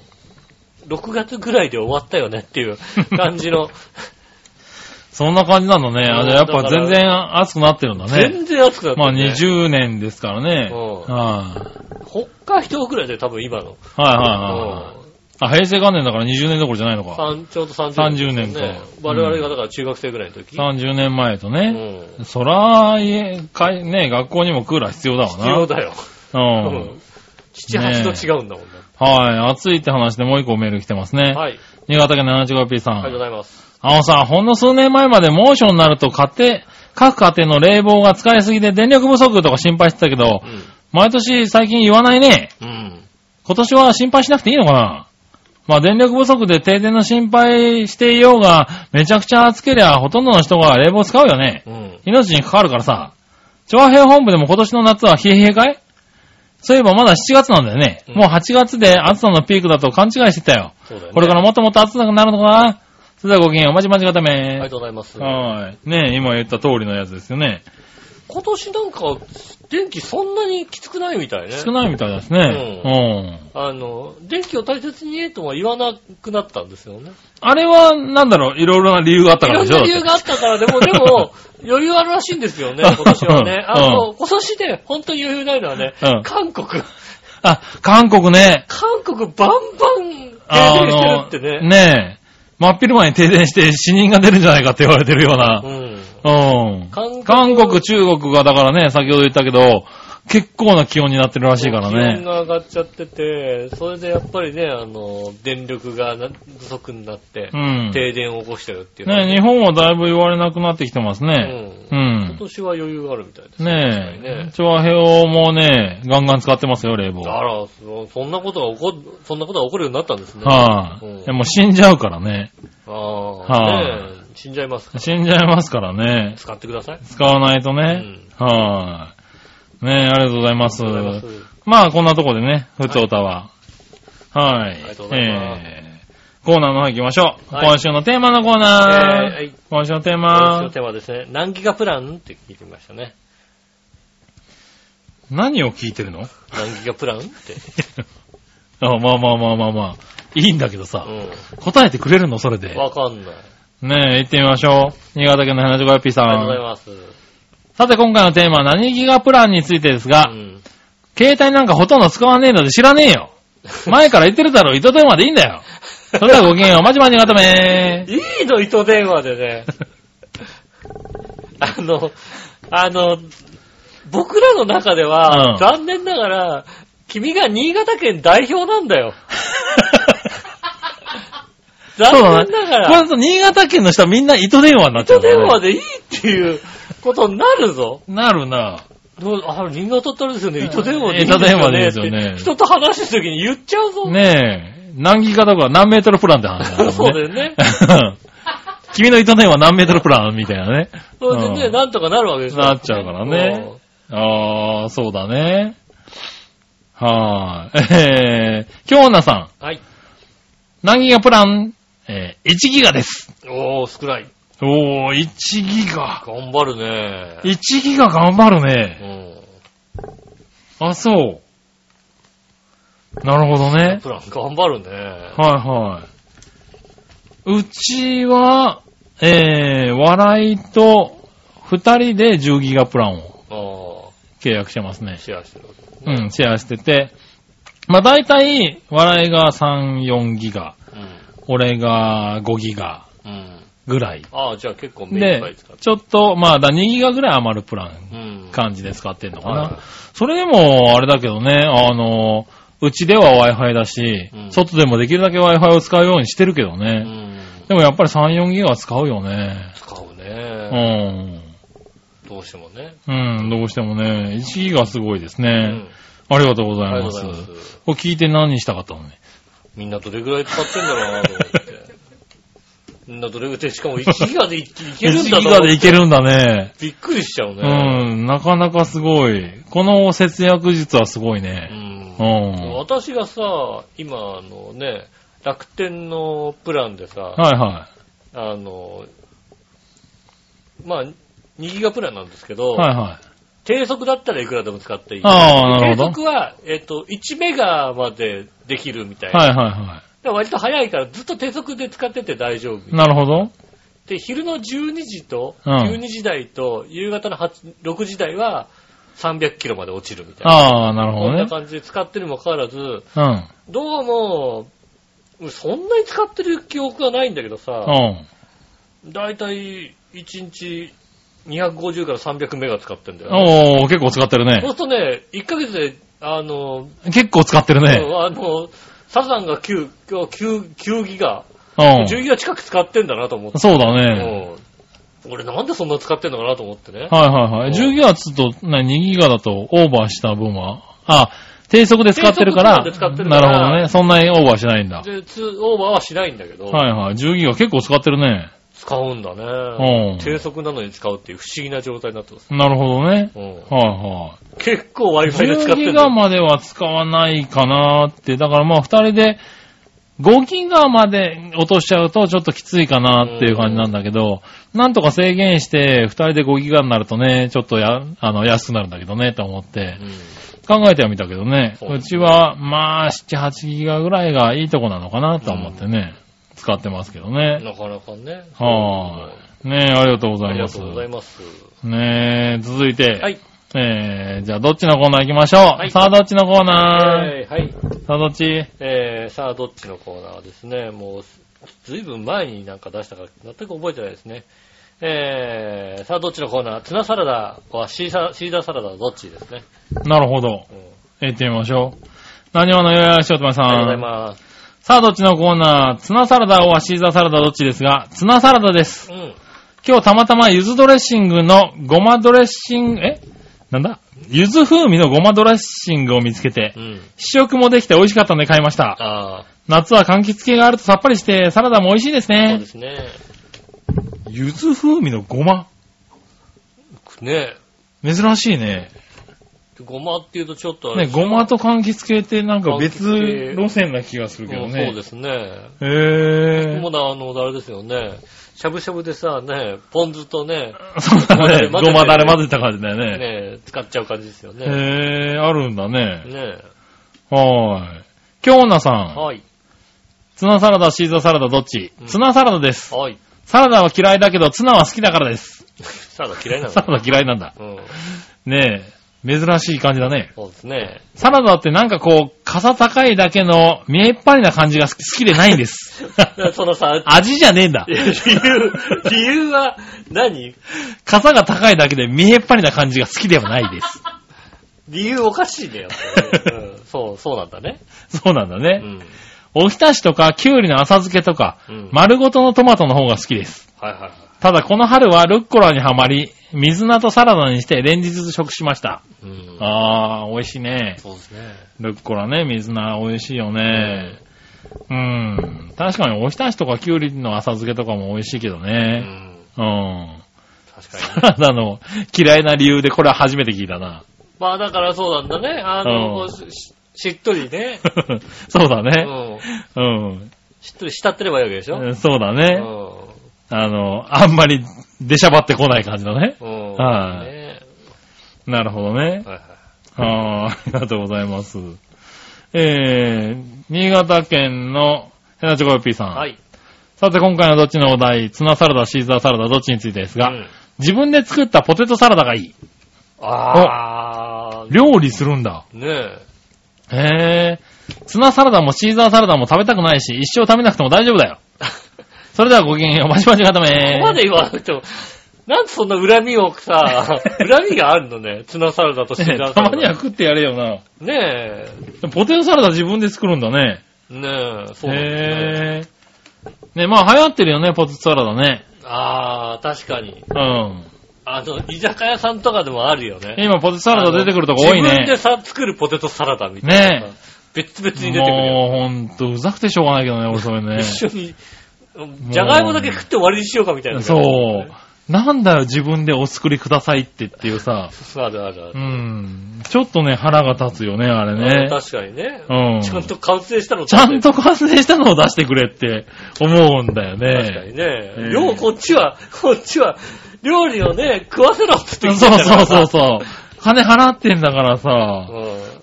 S2: う、6月ぐらいで終わったよねっていう感じの、
S3: え。そんな感じなのね。あ
S2: うん
S3: れやっぱ
S2: だから
S3: 全然暑くなってるんだね。
S2: 全然暑くなって
S3: まあ
S2: るね
S3: 20年ですからね。
S2: うん
S3: はい
S2: 北海道ぐらいで多分今の。
S3: はいはいはい。あ、平成元年だから20年どころじゃないのか。
S2: 三ちょうど30年ですよね、
S3: 30年か
S2: 我々がだから中学生ぐらいの時。
S3: 30年前とね。
S2: うん
S3: そら、家、かいね、学校にもクーラー必要だわな。
S2: 必要だよ。
S3: う。
S2: うんん7、8度違うんだもんね。
S3: はい。暑いって話でもう一個メール来てますね。
S2: はい。
S3: 新潟県 75P さん。
S2: ありがとうございます。
S3: あのさ、ほんの数年前まで猛暑になると家庭、各家庭の冷房が使いすぎて電力不足とか心配してたけど
S2: う、ん。
S3: 毎年最近言わないね。
S2: うん。
S3: 今年は心配しなくていいのかなまあ電力不足で停電の心配していようが、めちゃくちゃ暑けりゃほとんどの人が冷房使うよね。
S2: うん。
S3: 命に関わるからさ。調和平本部でも今年の夏は冷え冷えかいそういえばまだ7月なんだよね。
S2: うん
S3: もう8月で暑さのピークだと勘違いしてたよ。
S2: そうだよね。
S3: これからもっともっと暑くなるのかなそれではごきげんよう。まじまじがた
S2: あ
S3: め。
S2: りがとうございます。
S3: はーい。ねえ、今言った通りのやつですよね。
S2: 今年なんか、電気そんなにきつくないみたいね。
S3: 少ないみたいですね。
S2: う
S3: うん。
S2: あの、電気を大切にとは言わなくなったんですよね。
S3: あれは、なんだろう、いろいろな理由があった
S2: い
S3: か
S2: ろ
S3: ら
S2: ん
S3: でしょ
S2: な理由があったから、でも、で
S3: [LAUGHS]
S2: も、余裕あるらしいんですよね、今年はね。あの、今年ね、本当に余裕ないのはね、
S3: うん
S2: 韓国。
S3: あ、韓国ね。
S2: 韓国バンバン
S3: あ
S2: 停電してるって
S3: の
S2: ね。
S3: ねえ。真っ昼間に停電して死人が出るんじゃないかって言われてるような。
S2: うん。
S3: うん。
S2: 韓国
S3: 韓国、中国がだからね、先ほど言ったけど、結構な気温になってるらしいから
S2: 気温
S3: ね。
S2: が上がっちゃってて、それでやっぱりね、あの、電力がな不足になって
S3: う、ん。ね
S2: 停電を起こしてるっていうのは。
S3: 日本はだいぶ言われなくなってきてますね。う
S2: うん今
S3: ん。
S2: 年は余裕があるみたいです。
S3: ね
S2: 確かに
S3: え
S2: ね。
S3: 調和平もね、ガンガン使ってますよ、冷房。
S2: だ
S3: は
S2: から、そそんなことが起こ、そんなことが起こるようになったんですね。うん
S3: い、でも死んじゃうからね。
S2: あ
S3: は
S2: あ、ねえ死んじゃいますから。
S3: 死んじゃいますからね。
S2: 使ってください。
S3: 使わないと
S2: う
S3: ね。
S2: ん。
S3: はい、ねえ、ありがとうございます。
S2: ありがとうご
S3: ま
S2: ざいます
S3: あ、こんなとこでね、ふつおたは。はい。
S2: りがとうございます
S3: えーコーナーの方行きましょう。
S2: はい
S3: 今週のテーマのコー
S2: えー
S3: ナー。
S2: はい。
S3: 今週のテー
S2: 今週の
S3: マ、
S2: テーマはですね、何ギガプランって聞いてみましたね。
S3: 何を聞い
S2: [LAUGHS]
S3: てるの
S2: 何ギガプランって。
S3: あまあまあまあまあまあ。いいんだけどさ。
S2: う
S3: 答えてくれるのそれで
S2: ん。。わかんない。
S3: ねえ、行ってみましょう。新潟県の 75P さ
S2: ありがとうござい
S3: ん。
S2: ます。
S3: さて今回のテーマは何ギガプランについてです
S2: う
S3: が、
S2: ん
S3: 携帯なんかほとんど使わねえので知らね
S2: [LAUGHS]
S3: えよ。前から言ってるだろ、糸電話でいいんだよ。それではごきげんよう、まじまじがため
S2: いいの、糸電話で
S3: [LAUGHS]
S2: ね。あの、あの、僕らの中では、
S3: うん
S2: 残念ながら、君が新潟県代表なんだ
S3: [LAUGHS]
S2: よ。 [LAUGHS] 残
S3: そうだね。
S2: 念ながら、
S3: これだと新潟県の人はみんな糸電話になっち
S2: 糸
S3: ゃうんだね。
S2: 電話でいいっていうことになるぞ。
S3: なるな。
S2: どうあ、新潟ったらですよね、糸電話でいい
S3: 糸電話でいいですよね
S2: って人と話すときに言っちゃうぞ。
S3: ねえ。何ギガとか何メートルプランって話だ
S2: [LAUGHS]
S3: ね。
S2: そうだよね。
S3: [LAUGHS] 君の糸電話何メートルプランみたいなね。
S2: それでね、
S3: うん
S2: なんとかなるわけですよ
S3: なっちゃうからね。ああ、そうだね。はーい。えー、京女さん。
S2: うんはい。
S3: 何ギガプランえー、1ギガです。
S2: おー、少ない。
S3: おー、1ギガ。
S2: 頑張るね。
S3: 1ギガ頑張る
S2: う
S3: ね。
S2: ん。
S3: あ、そう。なるほどね。
S2: プラン頑張るね。
S3: はいはい。うちは、えー、笑いと2人で10ギガプランを
S2: あ
S3: 契約してますね
S2: あ、。シェアしてるわけです
S3: う
S2: ね。
S3: ん、シェアしてて。まあ大体、笑いが3、4ギガ、俺が5ギガ
S2: うん。うん。
S3: ぐらい。
S2: ああ、じゃあ結構目いっぱ
S3: で
S2: い使っ、て。
S3: ちょっと、まあだ2ギガぐらい余るプラン、
S2: うん。
S3: 感じで使ってんのか
S2: はい
S3: な。それでも、あれだけどね、あの、うちでは Wi-Fi だし
S2: う、ん
S3: 外でもできるだけ Wi-Fi を使うようにしてるけどね。
S2: うん。
S3: でもやっぱり3、4ギガは使うよね。
S2: 使う
S3: う
S2: ね。
S3: ん。
S2: どうしてもね。
S3: うん、どうしてもね、1ギガすごいです
S2: う
S3: ね。
S2: ん。
S3: ありがとうござ
S2: あ
S3: い
S2: りがと
S3: ます。
S2: うございます。
S3: これ聞いて何したかったのね。
S2: みんなどれぐらい使ってんだろうなと思って。みんなどれぐらい、しかも1ギガでいいけるんだと
S3: 1ギ
S2: 思っ
S3: ガ
S2: て
S3: でいけるんだね。
S2: びっくりしちゃう
S3: う
S2: ね。
S3: ん、なかなかすごい。この節約術はすごいうね。
S2: ん
S3: う。ん。
S2: 私がさ、今、あのね、楽天のプランでさ、
S3: はいは
S2: あの、まあ、2ギガプランなんですけど、
S3: い。はいは
S2: 低速だったらいくらでも使っていい。
S3: ああなるほど
S2: 低速は、えっ、と、1メガまでできるみたい
S3: い。
S2: な。
S3: はいは
S2: で割と早いからずっと低速で使ってて大丈夫
S3: いはい。。なるほど。
S2: で、昼の12時と、
S3: うん
S2: 12時台と、夕方の8 6時台は300キロまで落ちるみたいな。
S3: ああ、なるほ
S2: こ
S3: ど
S2: ん
S3: ね
S2: な。感じで使ってるにもかかわらず、
S3: うん。
S2: どうも、そんなに使ってる記憶がないんだけどさ、
S3: うん。
S2: だいたい1日250から300メガ使ってんだよ、ね。
S3: おー、結構使ってる
S2: そう
S3: ね。
S2: するとね、1ヶ月で、あの、
S3: 結構使ってるね。
S2: あの、サザンが9、9、9ギガ、
S3: う
S2: 10ギガ近く使ってんだなと思って
S3: ん。。そうだね。
S2: うん俺なんでそんな使ってんのかなと思ってね。
S3: はいはいは
S2: うん
S3: い。10ギガつと、な、2ギガだとオーバーした分は、あ、低速で使ってるから、
S2: 低速で使ってるから
S3: なるほどね。そんなにオーバーしないんだ。
S2: で、2オーバーはしないんだけど、
S3: はいはい。10ギガ結構使ってるね。
S2: 使うんだ
S3: う
S2: ね
S3: ん。
S2: 低速なのに使うっていう不思議な状態になってます。
S3: なるほどね。
S2: うん
S3: はいはい。
S2: 結構 Wi-Fi で使
S3: 10
S2: って
S3: ギ
S2: る
S3: ガまでは使わないかなって。だからまあ2人で5ギガまで落としちゃうとちょっときついかなっていう感じなんだけど、なんとか制限して2人で5ギガになるとね、ちょっとや、あの、安くなるんだけどねと思って考えてはみたけどね。
S2: そう
S3: うちはまあ7、8ギガぐらいがいいとこなのかなと思ってね、使ってますけどね。
S2: なかなかね。
S3: はーい。ねえ、ありがとうござ
S2: あ
S3: い
S2: り
S3: ま
S2: が
S3: す
S2: と。うございます。
S3: ねえ、続いて。
S2: はい。
S3: えー、じゃあ、どっちのコーナー行きましょう。
S2: い
S3: さあ、どっちのコーナー、
S2: えーはい。
S3: さあ、どっち
S2: えー、さあ、どっちのコーナーはですね、もう、ずいぶん前になんか出したから、全く覚えてないですね。えー、さあ、どっちのコーナーツナサラダはシーサシーザーサラダはどっちですね。
S3: なるほど。
S2: うん
S3: 行ってみましょう。何話のよやしおとまさ
S2: ありがとうござい
S3: ん。
S2: ます。
S3: さあ、どっちのコーナーツナサラダ、オアシーザーサラダ、どっちですが、ツナサラダです。
S2: うん。
S3: 今日たまたま柚子ドレッシングのごまドレッシング、えなんだ柚子風味のごまドレッシングを見つけて
S2: う、ん。
S3: 試食もできて美味しかったので買いました。
S2: ああ、
S3: 夏は柑橘系があるとさっぱりして、サラダも美味しいです
S2: そう
S3: ね
S2: で。すね。
S3: 柚子風味のごま
S2: ね
S3: 珍しいね。
S2: ごまっていうとちょっとあれ
S3: ね、
S2: ですね
S3: ごまと柑橘系ってなんか別
S2: 柑橘系
S3: 路線な気がするけど
S2: うんそう
S3: ね
S2: で。すね。
S3: へぇ
S2: もうな、あの、あれですよね。しゃぶしゃぶでさ、ね、ポン酢とね、
S3: ー。そうだね。
S2: ごまだれ混ぜて
S3: ごまだれ混ぜた感じだよね。
S2: ね、使っちゃう感じですよね。
S3: へぇー、あるんだね。
S2: ね
S3: はーい。京奈さん。
S2: はい。
S3: ツナサラダ、シーザーサラダどっち
S2: うん
S3: ツナサラダです。
S2: はい。
S3: サラダは嫌いだけど、ツナは好きだからです。
S2: サラダ嫌いなの
S3: サラダ嫌いなんだ。
S2: うん。
S3: ねえ。珍しい感じだね。
S2: そうですね。
S3: サラダってなんかこう、傘高いだけの見えっぱりな感じが好き好きでないん
S2: [LAUGHS]
S3: です。
S2: そのさ、
S3: 味じゃねえんだ
S2: 理。由、理由は何、
S3: 傘が高いだけで見えっぱりな感じが好きではないです。
S2: 理由おかしいね、やっぱりね、うんそう、そうなんだね。
S3: そうなんだ
S2: う
S3: ね。
S2: ん。
S3: おひたしとか、きゅうりの浅漬けとか、
S2: うん
S3: 丸ごとのトマトの方が好きです。
S2: はいはいはい。
S3: ただこの春はルッコラにはまり、水菜とサラダにして連日食しました。
S2: うん。
S3: あー、美味しいね。
S2: そうですね。
S3: ルッコラね、水菜美味しいよね。うん。確かにおひたしとかきゅうりの浅漬けとかも美味しいけど
S2: う
S3: ね。
S2: ん。
S3: うん。
S2: 確かにね
S3: サ。ラダの嫌いな理由でこれは初めて聞いたな。 [LAUGHS]
S2: まあだからそうなんだね。あの、
S3: う
S2: こ
S3: ん
S2: うししっとり
S3: [LAUGHS]
S2: ね。
S3: そうだ
S2: う
S3: ね。
S2: ん。
S3: うん。
S2: しっとり慕ってればいいわけでしょ
S3: うんそうだね。
S2: う
S3: あの、あんまり出しゃばってこない感じだね。
S2: ん。うん。
S3: はい
S2: ね
S3: なるほどね。
S2: はいはい。
S3: あーありがとうございます。えー、新潟県のヘナチョコヨッピーさん。
S2: はい。
S3: さて今回のどっちのお題、ツナサラダ、シーザーサラダ、どっちについてですが、
S2: うん
S3: 自分で作ったポテトサラダがいい。
S2: ああ。
S3: 料理するんだ。
S2: ねえ。
S3: へー。ツナサラダもシーザーサラダも食べたくないし、一生食べなくても大丈夫
S2: [LAUGHS]
S3: だよ。それではごきげんよう、まじまじがた
S2: ここ
S3: め
S2: まで言わなくても、なんでそんな恨みを
S3: [LAUGHS]
S2: さ、恨みがあるのね。ツナサラダとシーザーサラダ。
S3: たまには食ってやれよな。
S2: ね
S3: ポテトサラダ自分で作るんだね。
S2: え。ねえ、そうなんですね。
S3: へー。ね、まあ流行ってるよね、ポテトサラダね。
S2: ああ、確かに。
S3: うん。
S2: あの、居酒屋さんとかでもあるよね。
S3: 今ポテトサラダ出てくるとこ多い
S2: あの自分で
S3: ね。
S2: さ、作るポテトサラダみたいな。
S3: ね
S2: [LAUGHS] 別々に出てくるよ。
S3: もうほんと、うざくてしょうがないけどね、俺そういうのね。
S2: [LAUGHS] 一緒に、じゃがいもだけ食って終わりにしようかみたいな。
S3: そう。なんだよ、自分でお作りくださいってっていうさ。
S2: あるあるあ
S3: う
S2: る。
S3: ん。ちょっとね、腹が立つよね、あれね。
S2: 確かにね。
S3: うん。
S2: ちゃんと完成したの
S3: ちゃんと完成したのを出してくれって思うんだよ
S2: 確か
S3: ね。
S2: にね。
S3: え
S2: 料、こっちは、こっちは、料理をね、食わせろって
S3: そ
S2: 言
S3: う
S2: ってきてんだか
S3: そう
S2: ら
S3: そうそう。金払ってんだからさ。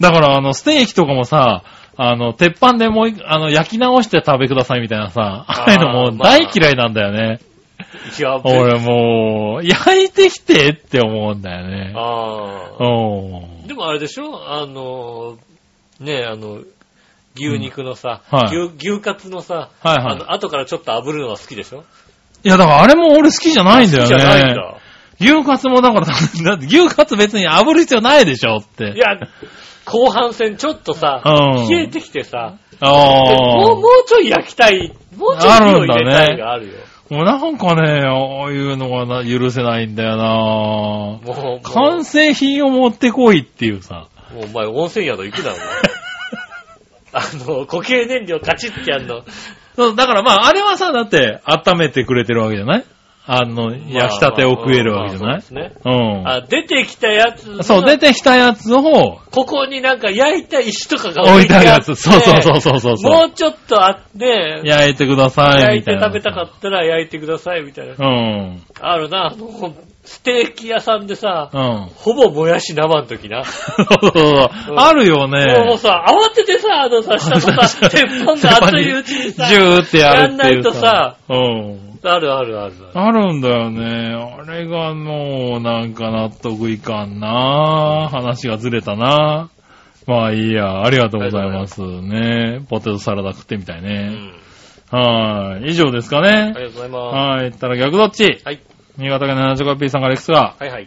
S3: だから、あの、ステーキとかもさ、あの、鉄板でもう一、あの、焼き直して食べくださいみたいなさ、あ
S2: あー
S3: あいうのもう
S2: まあ
S3: 大嫌いなんだよね。
S2: うん。いや、
S3: 俺もう、焼いてきてって思うんだよね。
S2: あ
S3: う
S2: あ。
S3: ん。
S2: でもあれでしょあの、ねあの、牛肉のさ、
S3: うんはい
S2: 牛、牛カツのさ、
S3: はいはい
S2: あの、後からちょっと炙るのは好きでしょ
S3: いや、だからあれも俺好きじゃないんだ
S2: 好きじゃないん
S3: よね。
S2: だ。
S3: 牛カツもだから、 [LAUGHS] だって牛カツ別に炙る必要ないでしょって。
S2: いや、後半戦ちょっとさ、
S3: うん
S2: 冷えてきてさ、で
S3: あ
S2: も
S3: あ。
S2: う、もうちょい焼きたい。もうちょい火を入れたいがあるよ。
S3: もうなんかね、ああいうのがな許せないんだよな
S2: もう、もう
S3: 完成品を持ってこいっていうさ。
S2: もうお前
S3: [LAUGHS]
S2: 温泉宿行くな、お前。あの、固形燃料カチッってやんの。
S3: そうだからまあ、あれはさ、だって、温めてくれてるわけじゃないあの、焼きたてを食えるわけじゃ
S2: まあま
S3: な
S2: あ
S3: い
S2: そうですね。
S3: う
S2: あ、出てきたやつ。
S3: ん。そう、出、てきたやつを
S2: ここになんか焼いた石とかが
S3: 置いてあるやつ。
S2: あ
S3: そう
S2: って
S3: そうそうそうそうそ
S2: も
S3: う。
S2: うちょっとあって、
S3: 焼いてください、
S2: 焼い
S3: みた
S2: て
S3: いな。
S2: 食べたかったら焼いてくださいみたいな。
S3: うん。
S2: あるな、あの、ステーキ屋さんでさ、
S3: うん。
S2: ほぼもやし生の時な。
S3: そうそうそう。あるよ
S2: もう
S3: ね。
S2: さ、慌ててさ、あのさ、下のさ、鉄板が熱いうちにさ、
S3: ジューってやるってい
S2: やんない
S3: う。
S2: とさ。
S3: うん。
S2: あるあるあるある。
S3: あるんだよね。あれがもう、なんか納得いかんな話がずれたなまあいいや、ありがとうございますね。ポテトサラダ食ってみたいうね。
S2: ん
S3: はーい。以上ですか
S2: ありが。
S3: ね
S2: とうございま
S3: はい。ったら逆どっち
S2: す。はい。
S3: 新潟県 75P さんからいくつか。
S2: はいはい。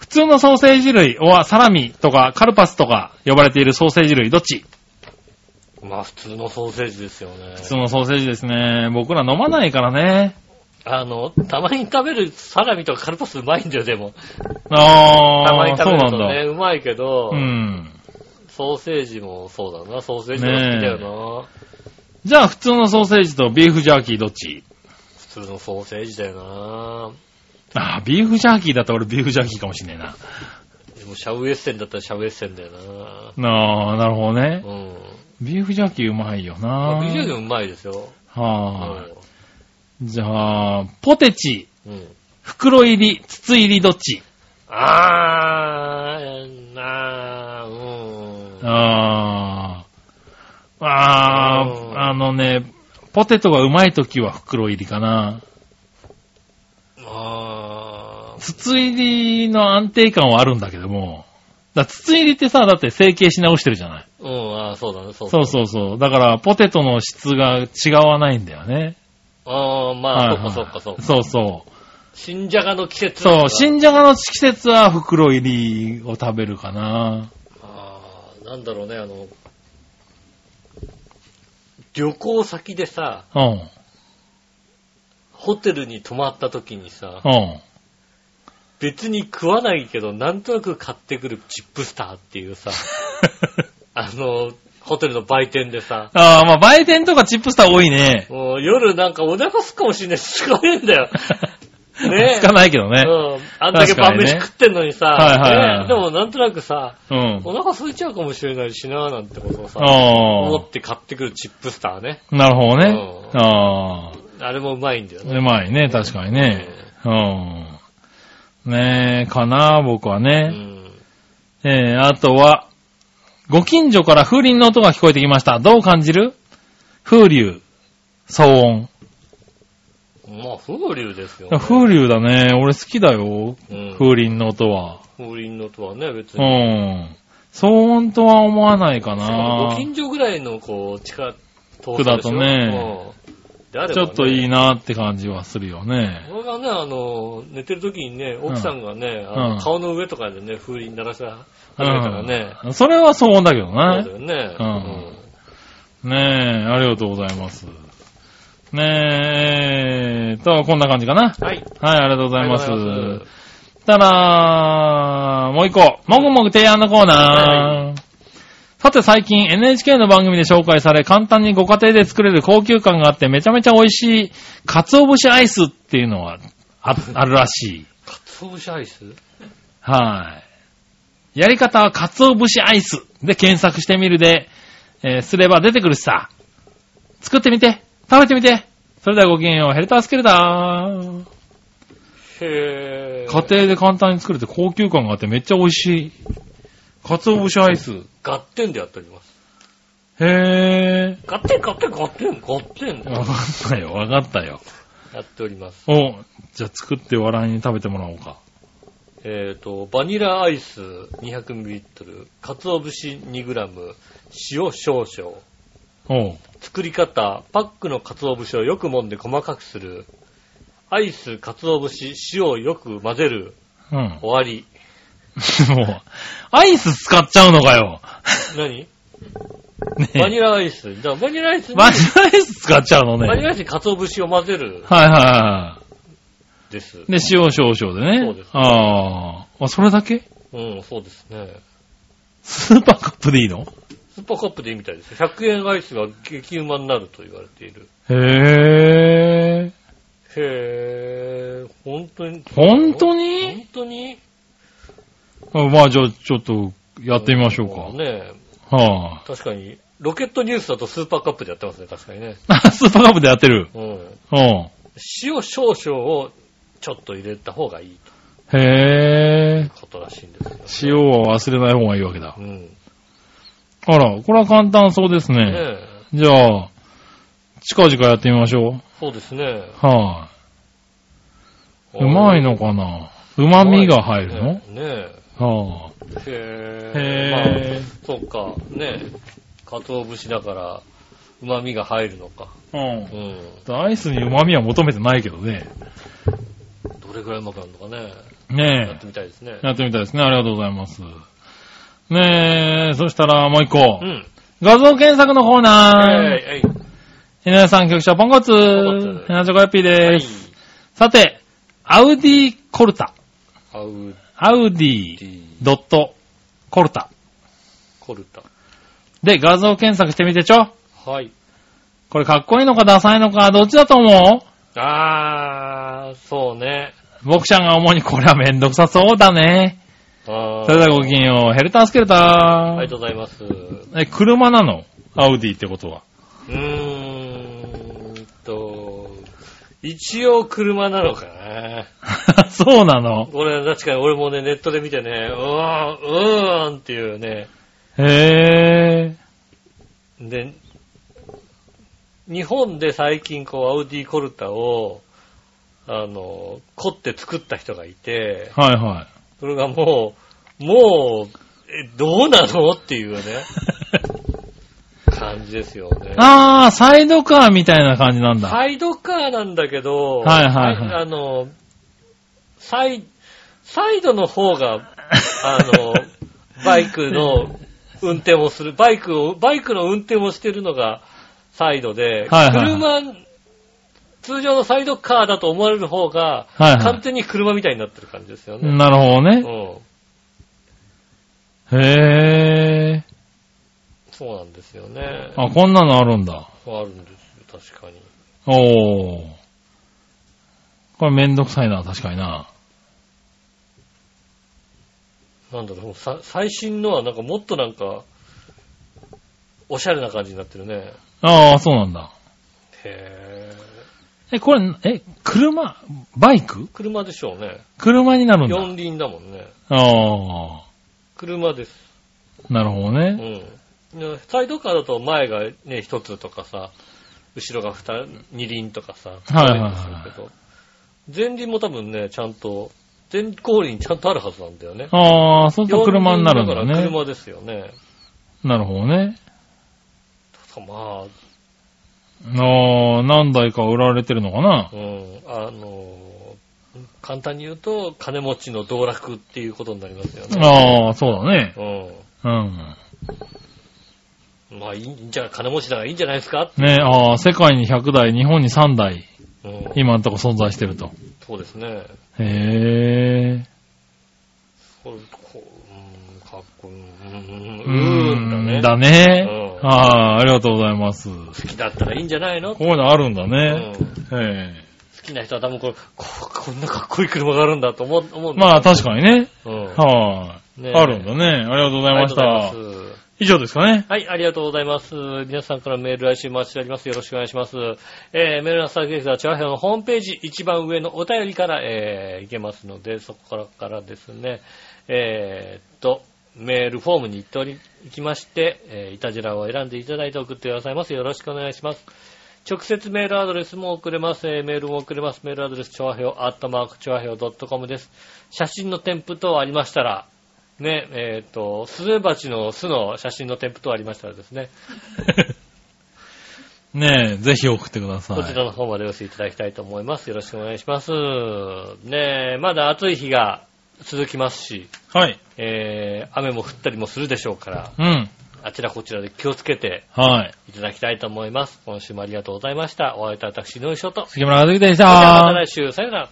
S3: 普通のソーセージ類はサラミとかカルパスとか呼ばれているソーセージ類どっち
S2: まあ普通のソーセージですよね
S3: 普。通のソーセージですね。僕ら飲まないからね。
S2: あの、たまに食べるサラミとかカルパスうまいんだよ、でも。たま
S3: あ
S2: に
S3: あ、そ
S2: 食
S3: う
S2: べ
S3: な
S2: る
S3: ん
S2: とね、
S3: だ。
S2: うまいけど、
S3: うん。
S2: ソーセージもそうだな、ソーセージも好きだよな。
S3: じゃあ普通のソーセージとビーフジャーキーどっち
S2: 普通のソーセージだよ
S3: ああ、ビーフジャーキーだったら俺ビーフジャーキーかもしんねえな。
S2: な。でもシャウエッセンだったらシャウエッセンだよな。
S3: ああ、なるほどね
S2: う。ん。
S3: ビーフジャーキーうまいよ
S2: ま
S3: な
S2: あ、。ビジュアルもうまいですよ。
S3: はあ。じゃあ、ポテチ、
S2: うん。うん
S3: 袋入り、筒入りどっち
S2: あー、なー、うん。
S3: ああ。あ
S2: う
S3: あ、
S2: ん
S3: あのね、ポテトがうまい時は袋入りかな。
S2: あー、
S3: 筒入りの安定感はあるんだけども。だ筒入りってさ、だって成形し直してるじゃない。
S2: うん、あーそうだね、そうだ
S3: そ
S2: ね
S3: うそうそう。だから、ポテトの質が違わないんだよね。
S2: あー、まあ、
S3: はい
S2: そっ
S3: はい
S2: かそっかそっか。
S3: そうそう。
S2: 新じゃがの季節
S3: そう、新じゃがの季節は袋入りを食べるかな。
S2: あーなんだろうね、あの、旅行先でさ、 [LAUGHS]
S3: うん、
S2: ホテルに泊まった時にさ、
S3: うん。
S2: 別に食わないけど、なんとなく買ってくるチップスターっていうさ、 [LAUGHS] あの、ホテルの売店でさ、
S3: ああ、まあ、売店とかチップスター多いね。
S2: もう夜なんかお腹すくかもしんない [LAUGHS] し、つかねえんだよ。ねえ
S3: つかないけどね。
S2: うん。あんだけ晩飯
S3: 確かにね
S2: 食ってんのにさ、
S3: はいはいはい
S2: ねえでもなんとなくさ、
S3: うん。
S2: お腹空いちゃうかもしれないしな、なんてことをさ、
S3: あ
S2: 思
S3: あ
S2: って買ってくるチップスターね。
S3: ー、なるほどね。
S2: う
S3: ああ、
S2: あれもうまいんだよね。
S3: うまいね、確かにね。うん。ねえ、かな、僕は
S2: う
S3: ね。
S2: ん。
S3: えー、あとは、ご近所から風鈴の音が聞こえてきました。どう感じる風流、騒音。
S2: まあ、風流ですよ、ね。
S3: 風流だね。俺好きだ
S2: う
S3: よ。
S2: ん風
S3: 風鈴の音は。
S2: 鈴のとはね、別
S3: う
S2: に。
S3: ん。騒音とは思わないか
S2: しかも
S3: な
S2: ご。近所ぐらいの、こう、近遠
S3: 区だとね。
S2: うんであればね
S3: ちょっといいなって感じはするよね。
S2: 俺がね、あの、寝てる時にね、奥さんがね、あの
S3: うん
S2: 顔の上とかでね、風鈴鳴らし始めたらね、
S3: それは騒音だけど
S2: そう
S3: な
S2: だ。よね。
S3: うんねえ、ありがとうございます。ねえ、えーっと、こんな感じかな。
S2: うんはい。
S3: はい、ありがとうござい
S2: あ
S3: ま
S2: りがとうござい
S3: す。たら、もう一個、もぐもぐ提案のコーナー。さて最近 NHK の番組で紹介され簡単にご家庭で作れる高級感があってめちゃめちゃ美味しい鰹節アイスっていうのはああるらしい。
S2: かつお節アイス
S3: はい。やり方は鰹節アイスで検索してみるで、えーすれば出てくるしさ。作ってみて食べてみてそれではごきげんよう、ヘルタースケルター。
S2: へぇ
S3: 家庭で簡単に作れて高級感があってめっちゃ美味しい。鰹節アイス。
S2: ガッテンでやっております。
S3: へぇー。
S2: ガッテン、ガッテン、ガッテン、ガッテンで
S3: わかったよ、わかったよ。
S2: やっております。
S3: お、じゃあ作って笑いに食べてもらおうか。
S2: えっ、と、バニラアイス 200ml、かつお節 2g、塩少々。
S3: おう。
S2: 作り方、パックのかつお節をよく揉んで細かくする。アイス、かつお節、塩をよく混ぜる。
S3: うん。 [LAUGHS] も
S2: 終わり。
S3: う、アイス使っちゃうのかよ。
S2: 何
S3: ねえ
S2: バニラアイス。だからバニラアイスに、
S3: バ
S2: バ
S3: ニラアイス使っちゃうのね。
S2: ニラアイスにかつお節を混ぜる。
S3: はいはいは
S2: です。
S3: い。で、塩少々でね。
S2: そうです
S3: [LAUGHS] ああ。あ、それだけ
S2: うん、そうですね。
S3: スーパーカップでいいの
S2: スーパーカップでいいみたいですよ。100円アイスが激うまになると言われている。
S3: へえ。
S2: へぇー、本当に。
S3: 本当に
S2: 本当に
S3: あまあじゃあちょっとやってみましょうか。
S2: ねえ
S3: は
S2: 確かに、ロケットニュースだとスーパーカップでやってますね、確かにね。
S3: あ、 [LAUGHS] スーパーカップでやってる。
S2: うん。
S3: うん。
S2: 塩少々をちょっと入れた方がいいと
S3: へえ。
S2: いうことらしいんですよ、
S3: 塩は忘れない方がいいわけだ。
S2: 塩。うん。ね
S3: あら、これは簡単そうですね。
S2: え。
S3: じゃあ、近々やってみましょ
S2: そうですね。
S3: う。は
S2: あ
S3: い。うまいのかな旨味が入るの
S2: ねえ。
S3: は
S2: へ
S3: あ。
S2: え。まあ、
S3: へ
S2: そうか、ねえ。かつお節だから、旨味が入るのか。
S3: え。うん
S2: う。ん。
S3: アイスに旨味は求めてないけどね。
S2: どれぐらいうまくなるのかね。やっ
S3: ね
S2: てみたいですね
S3: え。。やってみたいですね。ありがとうございます。ねえ、そしたらもう一個。
S2: うん。
S3: 画像検索のコーナー。
S2: はい。
S3: 井上さん、局長、ポンコツ。
S2: ンコツ
S3: ヘナチョコヨッピー
S2: は
S3: で
S2: い
S3: す。。さて、アウディコルタ。
S2: アウ
S3: アウデ
S2: デ
S3: ィ
S2: ィ
S3: ドットコルタ。
S2: コルタ。
S3: で、画像検索してみてちょ。
S2: はい。
S3: これかっこいいのかダサいのか、どっちだと思
S2: あー、そうね。
S3: う僕ちゃんが主にこれはめんどくさそうだね。
S2: あー
S3: それではごきげんよう。ヘルタースケルタ
S2: ありが
S3: ー。
S2: とうございます。う
S3: え、車なのアウディってことは。
S2: ーんと、一応車なのかな。
S3: [LAUGHS] そうなの
S2: 俺、確かに俺もね、ネットで見てね、うーん、うーんっていうね。
S3: へぇ
S2: で、日本で最近こう、アウディコルタを、あの、凝って作った人がいて、
S3: ー。はいは
S2: それがもう、もう、え、どうなのっていうね、
S3: い。
S2: 感じですよね。
S3: [LAUGHS] あー、サイドカーみたいな感じなんだ。
S2: サイドカーなんだけど、
S3: はいはいはい
S2: あの、サイ、サイドの方が、あ
S3: [LAUGHS]
S2: の、バイクの運転をする、バイクを、バイクの運転をしてるのがサイドで、
S3: はいはいは
S2: 車、通常のサイドカーだと思われる方が、
S3: はいはい
S2: 完全に車みたいになってる感じですよね。
S3: なるほど
S2: う
S3: ね。
S2: ん。
S3: へ
S2: そうなんですよね。
S3: ー。あ、こんなのあるんだ。
S2: あるんですよ、確かに。
S3: おー。これめんどくさいな、確かにな。
S2: なんだろう、さ最新のはなんかもっとなんか、おしゃれな感じになってるね。
S3: あー、そうなんだ。
S2: へぇ
S3: え、これ、え、車バイク
S2: 車でしょうね。
S3: 車になるんだ。
S2: 四輪だもんね。
S3: あ
S2: 車です。
S3: ー。なるほど
S2: う
S3: ね。
S2: ん。でサイドカーだと前がね、一つとかさ、後ろが二、二輪とかさ、
S3: はいはいはい
S2: そううのするけど前輪も多分ね、ちゃんと、前後輪ちゃんとあるはずなんだよね。
S3: あー、そうすると車になるんだ
S2: 四輪から
S3: ね。
S2: 車ですよね。
S3: なるほどね。
S2: ただまあ、
S3: あー、何台か売られてるのかな
S2: うん、あのー、簡単に言うと、金持ちの道楽っていうことになりますよね。
S3: あー、そうだね。
S2: う
S3: うん。
S2: ん。まあ、いいんじゃ、金持ちだからいいんじゃないですか
S3: ね、あー、世界に100台、日本に3台、
S2: うん。
S3: 今のとこ存在してると。
S2: そうですね。
S3: へ
S2: これこう、うん、かっこいい。うん、
S3: ー。
S2: うん、うんだね。
S3: だね。
S2: うん
S3: あー、ありがとうございます。
S2: 好
S3: こ
S2: きだったらいいんじゃないの、
S3: ういうのあるんだ
S2: うん
S3: ね。、
S2: 好
S3: へ
S2: きな人は多分これ、ここんなかっこいい車があるんだと思う、思う
S3: ー。
S2: んだ
S3: まあ、確かにね。
S2: うん。
S3: は
S2: ね
S3: い。あるんだね。ありがとうございまし
S2: ありが
S3: た
S2: と。うございます。
S3: 以上ですかね。 [LAUGHS]
S2: はい、ありがとうございます。皆さんからメール来週待ちしております。よろしくお願いします。えー、メールの先ですが、チャワヘのホームページ、一番上のお便りから、えー、いけますので、そこからからですね、えー、っと、メールフォームに行っており、行きまして、えー、いたじらを選んでいただいて送ってくださいます。よろしくお願いします。直接メールアドレスも送れます。えーメールも送れます。メールアドレス、調和表、アットマーク、調和表 .com です。写真の添付等ありましたら、ね、えっ、と、スズメバチの巣の写真の添付等ありましたらですね、
S3: ねえ、ぜひ送ってくださ
S2: こちら
S3: い。
S2: の方までお寄せいただきたいと思います。よろしくお願いします。ねえ、まだ暑い日が続きますし、
S3: はい。
S2: えー、雨も降ったりもするでしょうから、
S3: うん。
S2: あちらこちらで気をつけて
S3: はい。
S2: いただきたいと思います。今週もありがとうございました。お会いいたい私、井上翔と。
S3: 杉村和樹でし
S2: それではま
S3: た
S2: た。来週、さよなら。